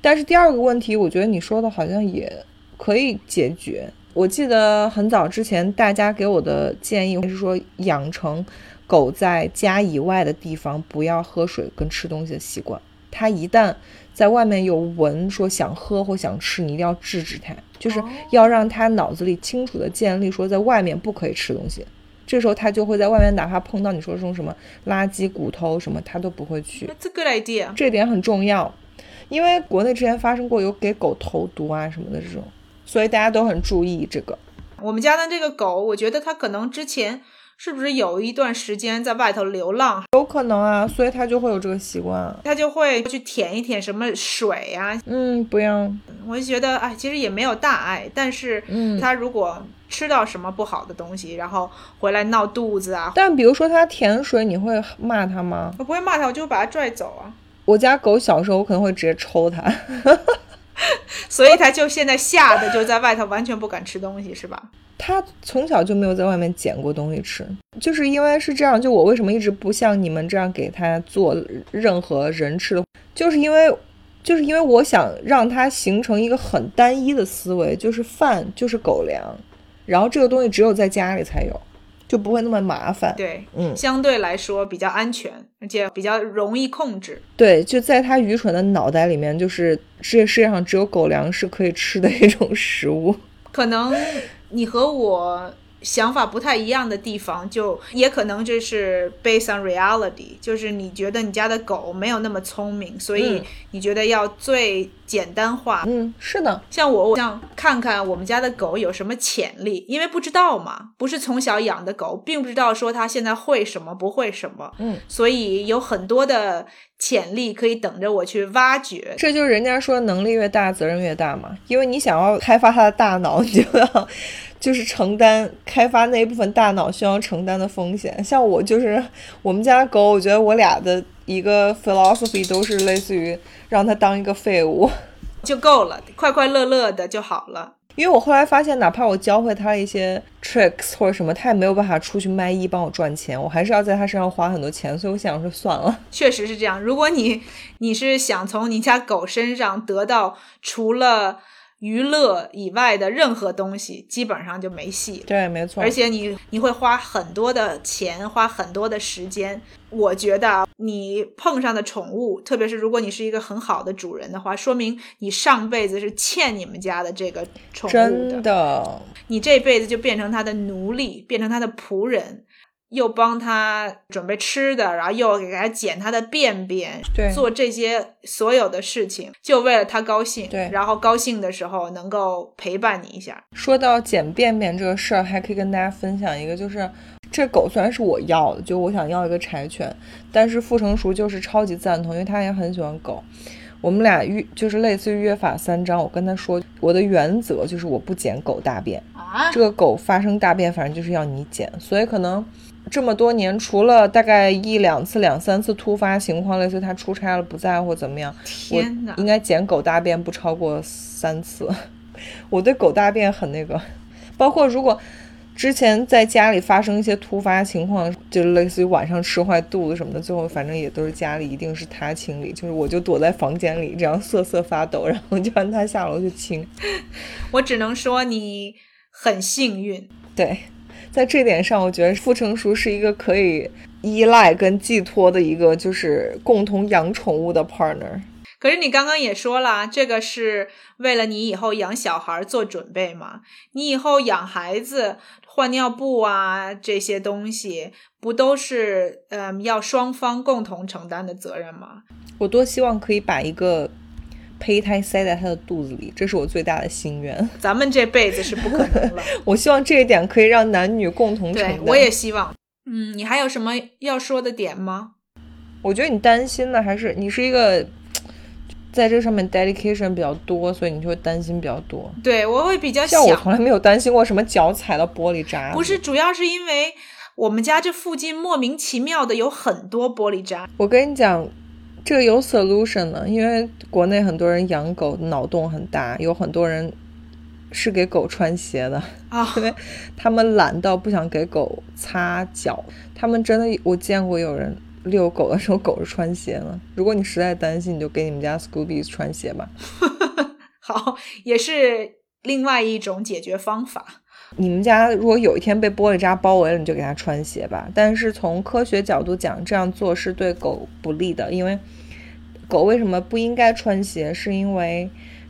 A: 但是第二个问题，我觉得你说的好像也可以解决。我记得很早之前大家给我的建议是说，养成狗在家以外的地方不要喝水跟吃东西的习惯。它一旦在外面有闻说想喝或想吃，你一定要制止它，就是要让它脑子里清楚的建立说在外面不可以吃东西。这时候它就会在外面，哪怕碰到你说这种什么垃圾、骨头什么，它都不会去。
B: That's a good idea。
A: 这点很重要，因为国内之前发生过有给狗投毒啊什么的这种，所以大家都很注意这个。
B: 我们家的这个狗，我觉得它可能之前是不是有一段时间在外头流浪，
A: 有可能啊，所以它就会有这个习惯啊。
B: 它就会去舔一舔什么水啊。
A: 嗯，不要，
B: 我就觉得，哎，其实也没有大碍，但是
A: 嗯
B: 它如果吃到什么不好的东西，然后回来闹肚子啊，
A: 但比如说它舔水，你会骂它吗？
B: 我不会骂它，我就会把它拽走啊。
A: 我家狗小时候我可能会直接抽它，
B: 所以它就现在吓得就在外头完全不敢吃东西，是吧？
A: 它从小就没有在外面捡过东西吃，就是因为是这样。就我为什么一直不像你们这样给它做任何人吃的，就是因为，就是因为我想让它形成一个很单一的思维，就是饭就是狗粮，然后这个东西只有在家里才有，就不会那么麻烦。
B: 对，
A: 嗯
B: 相对来说比较安全，而且比较容易控制。
A: 对，就在它愚蠢的脑袋里面，就是这世界上只有狗粮是可以吃的一种食物。(laughs)
B: 可能你和我想法不太一样的地方，就也可能这是 based on reality，就是你觉得你家的狗没有那么聪明，所以
A: 嗯
B: 你觉得要最简单化。
A: 嗯，是的，
B: 像我，我想看看我们家的狗有什么潜力，因为不知道嘛，不是从小养的狗，并不知道说它现在会什么，不会什么，
A: 嗯，
B: 所以有很多的潜力可以等着我去挖掘。
A: 这就是人家说能力越大责任越大嘛，因为你想要开发他的大脑，你 (laughs) 就要就是承担开发那一部分大脑需要承担的风险。像我就是我们家狗，我觉得我俩的一个 philosophy 都是类似于让它当一个废物，
B: 就够了，快快乐乐的就好了。
A: 因为我后来发现，哪怕我教会它一些 tricks 或者什么，它也没有办法出去卖艺帮我赚钱，我还是要在它身上花很多钱，所以我想说算了。
B: 确实是这样。如果你你是想从你家狗身上得到除了娱乐以外的任何东西，基本上就没戏了。
A: 对，没错，
B: 而且你你会花很多的钱，花很多的时间。我觉得啊你碰上的宠物，特别是如果你是一个很好的主人的话，说明你上辈子是欠你们家的这个宠物
A: 真
B: 的，
A: 的，
B: 你这辈子就变成他的奴隶，变成他的仆人。又帮他准备吃的，然后又给他剪他的便便，
A: 对
B: 做这些所有的事情，就为了他高兴，
A: 对
B: 然后高兴的时候能够陪伴你一下，
A: 说到捡便便这个事儿，还可以跟大家分享一个，就是这狗虽然是我要的，就我想要一个柴犬，但是傅成熟就是超级赞同，因为他也很喜欢狗。我们俩约就是类似于约法三章，我跟他说我的原则就是我不捡狗大便，
B: 啊，
A: 这个狗发生大便反正就是要你捡，所以可能这么多年除了大概一两次、两三次突发情况，类似于他出差了不在或怎么样，
B: 天哪
A: 我应该捡狗大便不超过三次。我对狗大便很那个，包括如果之前在家里发生一些突发情况，就类似于晚上吃坏肚子什么的，最后反正也都是家里一定是他清理，就是我就躲在房间里这样瑟瑟发抖，然后就让他下楼去清。
B: 我只能说你很幸运。
A: 对，在这点上，我觉得傅成熟是一个可以依赖跟寄托的一个，就是共同养宠物的 partner。
B: 可是你刚刚也说了啊，这个是为了你以后养小孩做准备嘛？你以后养孩子换尿布啊这些东西，不都是呃嗯要双方共同承担的责任吗？
A: 我多希望可以把一个胚胎塞在他的肚子里，这是我最大的心愿。 (laughs)
B: 咱们这辈子是不可能了。
A: 我希望这一点可以让男女共同承
B: 对
A: 担。，
B: 我也，希望。嗯，你还有什么要说的点吗？
A: 我觉得你担心的还是你是一个在这上面 dedication 比较多，所以你就会担心比较多。
B: 对我会比较
A: 像
B: 想，
A: 我从来没有担心过什么脚踩到玻璃渣，
B: 不是，主要是因为我们家这附近莫名其妙的有很多玻璃渣。
A: 我跟你讲，这个有 solution 了，因为国内很多人养狗脑洞很大，有很多人是给狗穿鞋的，
B: 啊 (laughs)
A: 因为他们懒到不想给狗擦脚，他们真的我见过有人。遛狗的时候，狗是穿鞋了。如果你实在担心，你就给你们家 Scooby 穿鞋吧。
B: 好，也是另外一种解决方法。
A: 你们家如果有一天被玻璃渣包围了，你就给它穿鞋吧。但是从科学角度讲，这样做是对狗不利的，因为狗为什么不应该穿鞋，是因为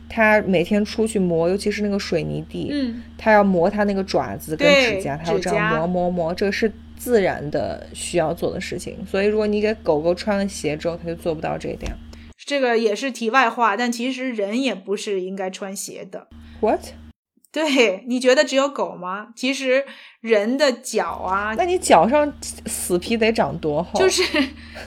A: 它每天出去磨，尤其是那个水泥地，
B: 嗯，
A: 它要磨它那个爪子跟
B: 对
A: 指甲，它要
B: 指
A: 这
B: 甲
A: 样磨磨磨，这个是自然的需要做的事情。所以如果你给狗狗穿了鞋之后，它就做不到这一点。
B: 这个也是题外话，但其实人也不是应该穿鞋的。
A: What？
B: 对，你觉得只有狗吗？其实人的脚啊，
A: 那你脚上死皮得长多厚？
B: 就是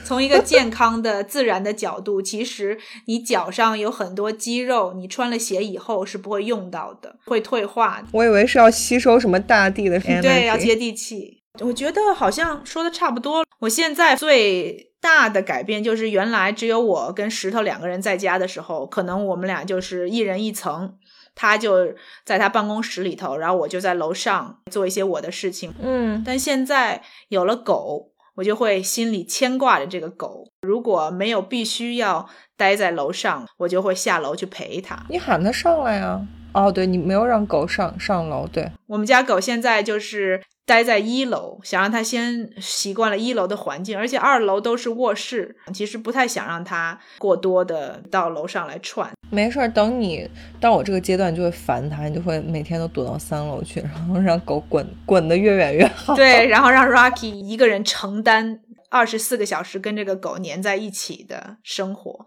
B: 从一个健康的、 (laughs) 自然的角度，其实你脚上有很多肌肉，你穿了鞋以后是不会用到的，会退化。
A: 我以为是要吸收什么大地的 energy。
B: 对，要接地气。我觉得好像说的差不多了。我现在最大的改变就是，原来只有我跟石头两个人在家的时候，可能我们俩就是一人一层，他就在他办公室里头，然后我就在楼上做一些我的事情。
A: 嗯，
B: 但现在有了狗，我就会心里牵挂着这个狗。如果没有必须要待在楼上，我就会下楼去陪它。
A: 你喊它上来啊！哦，对，你没有让狗上上楼，对，
B: 我们家狗现在就是待在一楼，想让它先习惯了一楼的环境，而且二楼都是卧室，其实不太想让它过多的到楼上来窜。
A: 没事儿。等你到我这个阶段，你就会烦它，你就会每天都躲到三楼去，然后让狗滚滚得越远越好。
B: (laughs) 对，然后让 Rocky 一个人承担二十四个小时跟这个狗粘在一起的生活，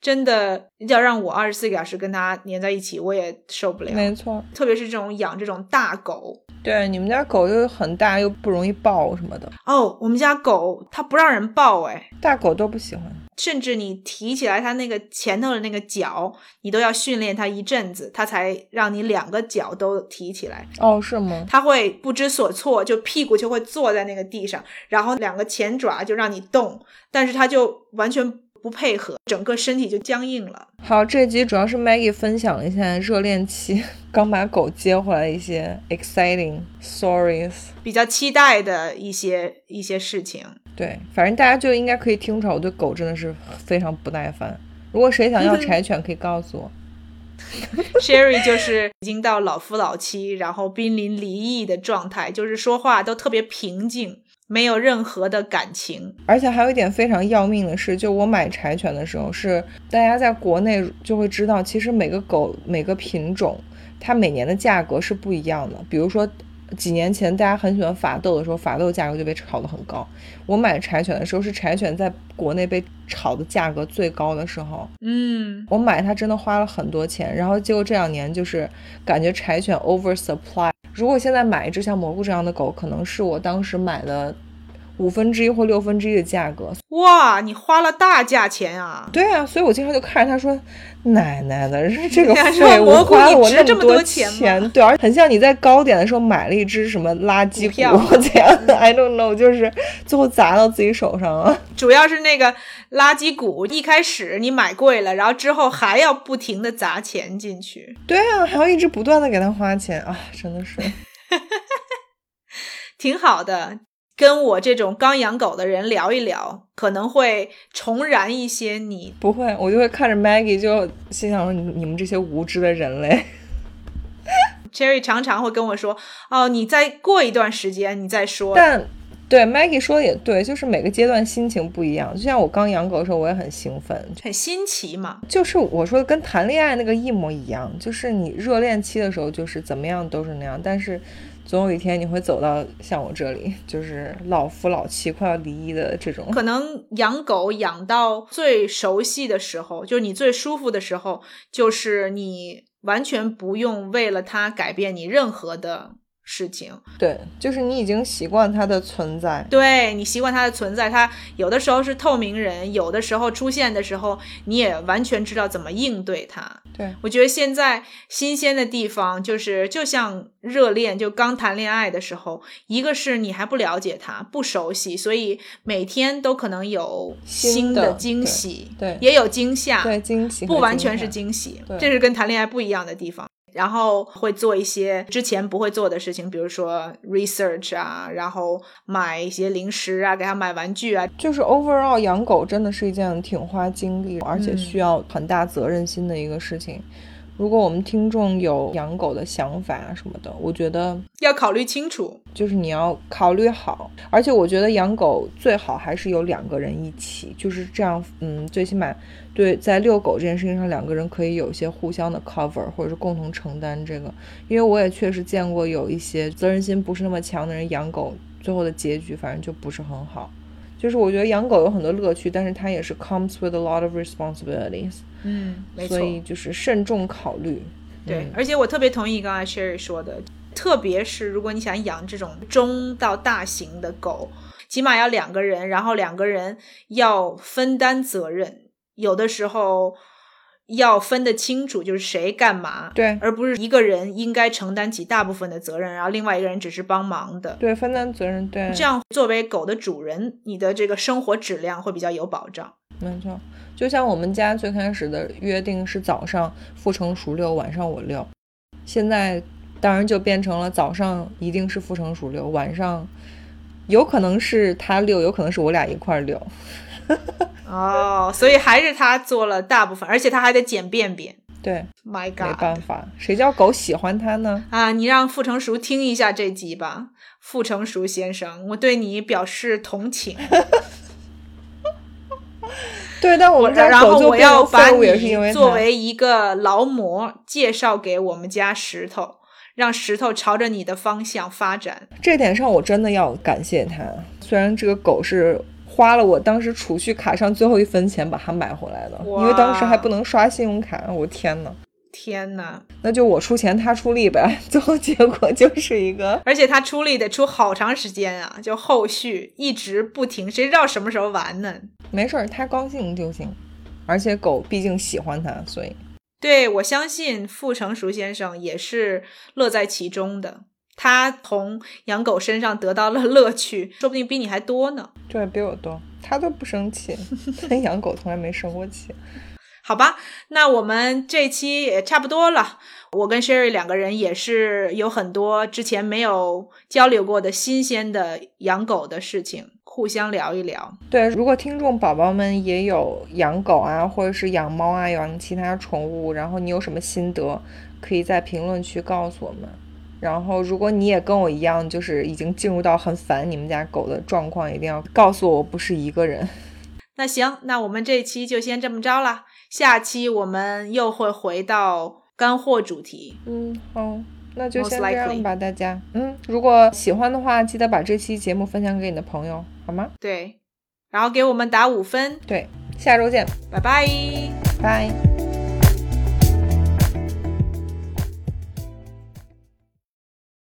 B: 真的要让我二十四个小时跟它粘在一起，我也受不了。
A: 没错儿，
B: 特别是这种养这种大狗
A: 对，你们家狗又很大，又不容易抱什么的，
B: 哦，我们家狗它不让人抱哎，
A: 大狗都不喜欢。
B: 甚至你提起来它那个前头的那个脚，你都要训练它一阵子，它才让你两个脚都提起来。
A: 哦，是吗？
B: 它会不知所措，就屁股就会坐在那个地上，然后两个前爪就让你动，但是它就完全不配合，整个身体就僵硬了。
A: 好，这集主要是 Maggie 分享了一下热恋期刚把狗接回来的一些 exciting stories。
B: 比较期待的一些一些事情，
A: 对，反正大家就应该可以听出来，我对狗真的是非常不耐烦。如果谁 (laughs) 想要柴犬，可以告诉我。
B: Sherry 就是已经到老夫老妻，然后濒临离异的状态，就是说话都特别平静，没有任何的感情。
A: 而且还有一点非常要命的是，就我买柴犬的时候是，大家在国内就会知道，其实每个狗每个品种，它每年的价格是不一样的。比如说几年前大家很喜欢法斗的时候，法斗价格就被炒得很高。我买柴犬的时候是柴犬在国内被炒的价格最高的时候，
B: 嗯，
A: 我买它真的花了很多钱，然后结果这两年就是感觉柴犬 over supply。如果现在买一只像蘑菇这样的狗，可能是我当时买的五分之一或六分之一的价格。
B: 哇，你花了大价钱啊！
A: 对啊，所以我经常就看着它说：“奶奶的，
B: (laughs)
A: 这个
B: 说
A: 费
B: 蘑
A: 我
B: 菇
A: 花了
B: 你
A: 我
B: 值
A: 那
B: 这么多
A: 多
B: 钱吗
A: 对，而且很像你在高点的时候买了一只什么垃圾
B: 股票
A: 股这样的，I don't know，就是最后砸到自己手上了。
B: 主要是那个垃圾股，一开始你买贵了，然后之后还要不停的砸钱进去。
A: 对啊，还要一直不断的给它花钱啊，真的是。
B: 挺好的。跟我这种刚养狗的人聊一聊，可能会重燃一些你。
A: 不会，我就会看着 Maggie，就心想说你你们这些无知的人类。
B: Cherry 常常会跟我说：“哦，你再过一段时间，你再说。
A: 但对 Maggie 说的也对，就是每个阶段心情不一样。就像我刚养狗的时候，我也很兴奋，
B: 很新奇嘛。
A: 就是我说的跟谈恋爱那个一模一样，就是你热恋期的时候，就是怎么样都是那样，但是总有一天你会走到像我这里，就是老夫老妻快要离异的这种。
B: 可能养狗养到最熟悉的时候，就是你最舒服的时候，就是你完全不用为了它改变你任何的事情。
A: 对，就是你已经习惯它的存在。
B: 对你习惯它的存在，它有的时候是透明人，有的时候出现的时候，你也完全知道怎么应对它。
A: 对，
B: 我觉得现在新鲜的地方就是，就像热恋，就刚谈恋爱的时候，一个是你还不了解他，不熟悉，所以每天都可能有
A: 新
B: 新
A: 的
B: 的惊喜，
A: 对对
B: 也有惊吓，
A: 对，惊喜和
B: 不完全
A: 惊
B: 是
A: 讶
B: 惊喜
A: 对，
B: 这是跟谈恋爱不一样的地方。然后会做一些之前不会做的事情，比如说 research 啊，然后买一些零食啊，给他买玩具啊，
A: 就是 overall 养狗真的是一件挺花精力，而且
B: 嗯
A: 需要很大责任心的一个事情。如果我们听众有养狗的想法啊什么的，我觉得
B: 要考虑清楚。
A: 就是你要考虑好，而且我觉得养狗最好还是有两个人一起，就是这样，嗯，最起码对在遛狗这件事情上，两个人可以有一些互相的 cover，或者是共同承担这个。因为我也确实见过有一些责任心不是那么强的人养狗，最后的结局反正就不是很好。就是我觉得养狗有很多乐趣，但是它也是 comes with a lot of responsibilities，
B: 嗯，没错
A: 所。以就是慎重考虑。
B: 对
A: 嗯，
B: 而且我特别同意刚才 Sherry 说的，特别是如果你想养这种中到大型的狗，起码要两个人，然后两个人要分担责任，有的时候要分得清楚，就是谁干嘛，
A: 对
B: 而不是一个人应该承担起大部分的责任，然后另外一个人只是帮忙的。
A: 对，分担责任，对，
B: 这样，作为狗的主人，你的这个生活质量会比较有保障。
A: 没错，就像我们家最开始的约定是早上傅成熟遛，晚上我遛，现在当然就变成了早上一定是傅成熟遛，晚上有可能是他遛，有可能是我俩一块儿遛。
B: 哦，所以还是他做了大部分，而且他还得捡便便。
A: 对，
B: My God，
A: 没办法，谁叫狗喜欢它呢？
B: 啊，你让傅成熟听一下这集吧，傅成熟先生，我对你表示同情。
A: 对，但 (laughs) 我们家
B: 然后
A: 狗就
B: 我
A: 变
B: 要
A: 成
B: 把
A: 废物也是因为
B: 你
A: 它
B: 作为一个劳模介绍给我们家石头，让石头朝着你的方向发展。
A: 这点上，我真的要感谢他。虽然这个狗是花了我当时储蓄卡上最后一分钱把它买回来的，因为当时还不能刷信用卡。我天呐！
B: 天呐，
A: 那就我出钱，他出力呗。 (laughs) 最后结果就是一个，
B: 而且他出力得出好长时间啊，就后续一直不停，谁知道什么时候完呢？
A: 没事儿，他高兴就行。而且狗毕竟喜欢他，所以
B: 对，我相信傅成熟先生也是乐在其中的。他从养狗身上得到了乐趣，说不定比你还多呢。
A: 对比我多，他都不生气。他养狗从来没生过气。
B: 好吧，那我们这期也差不多了。我跟 Sherry 两个人也是有很多之前没有交流过的新鲜的养狗的事情，互相聊一聊。
A: 对，如果听众宝宝们也有养狗啊，或者是养猫啊，养其他宠物，然后你有什么心得，可以在评论区告诉我们。然后，如果你也跟我一样，就是已经进入到很烦你们家狗的状况，一定要告诉我，我不是一个人。
B: 那行，那我们这期就先这么着了。下期我们又会回到干货主题。
A: 嗯，好，那就
B: Most
A: 先这样
B: likely
A: 吧，大家。嗯，如果喜欢的话，记得把这期节目分享给你的朋友，好吗？
B: 对，然后给我们打五分，
A: 对，下周见，
B: 拜拜。
A: 拜。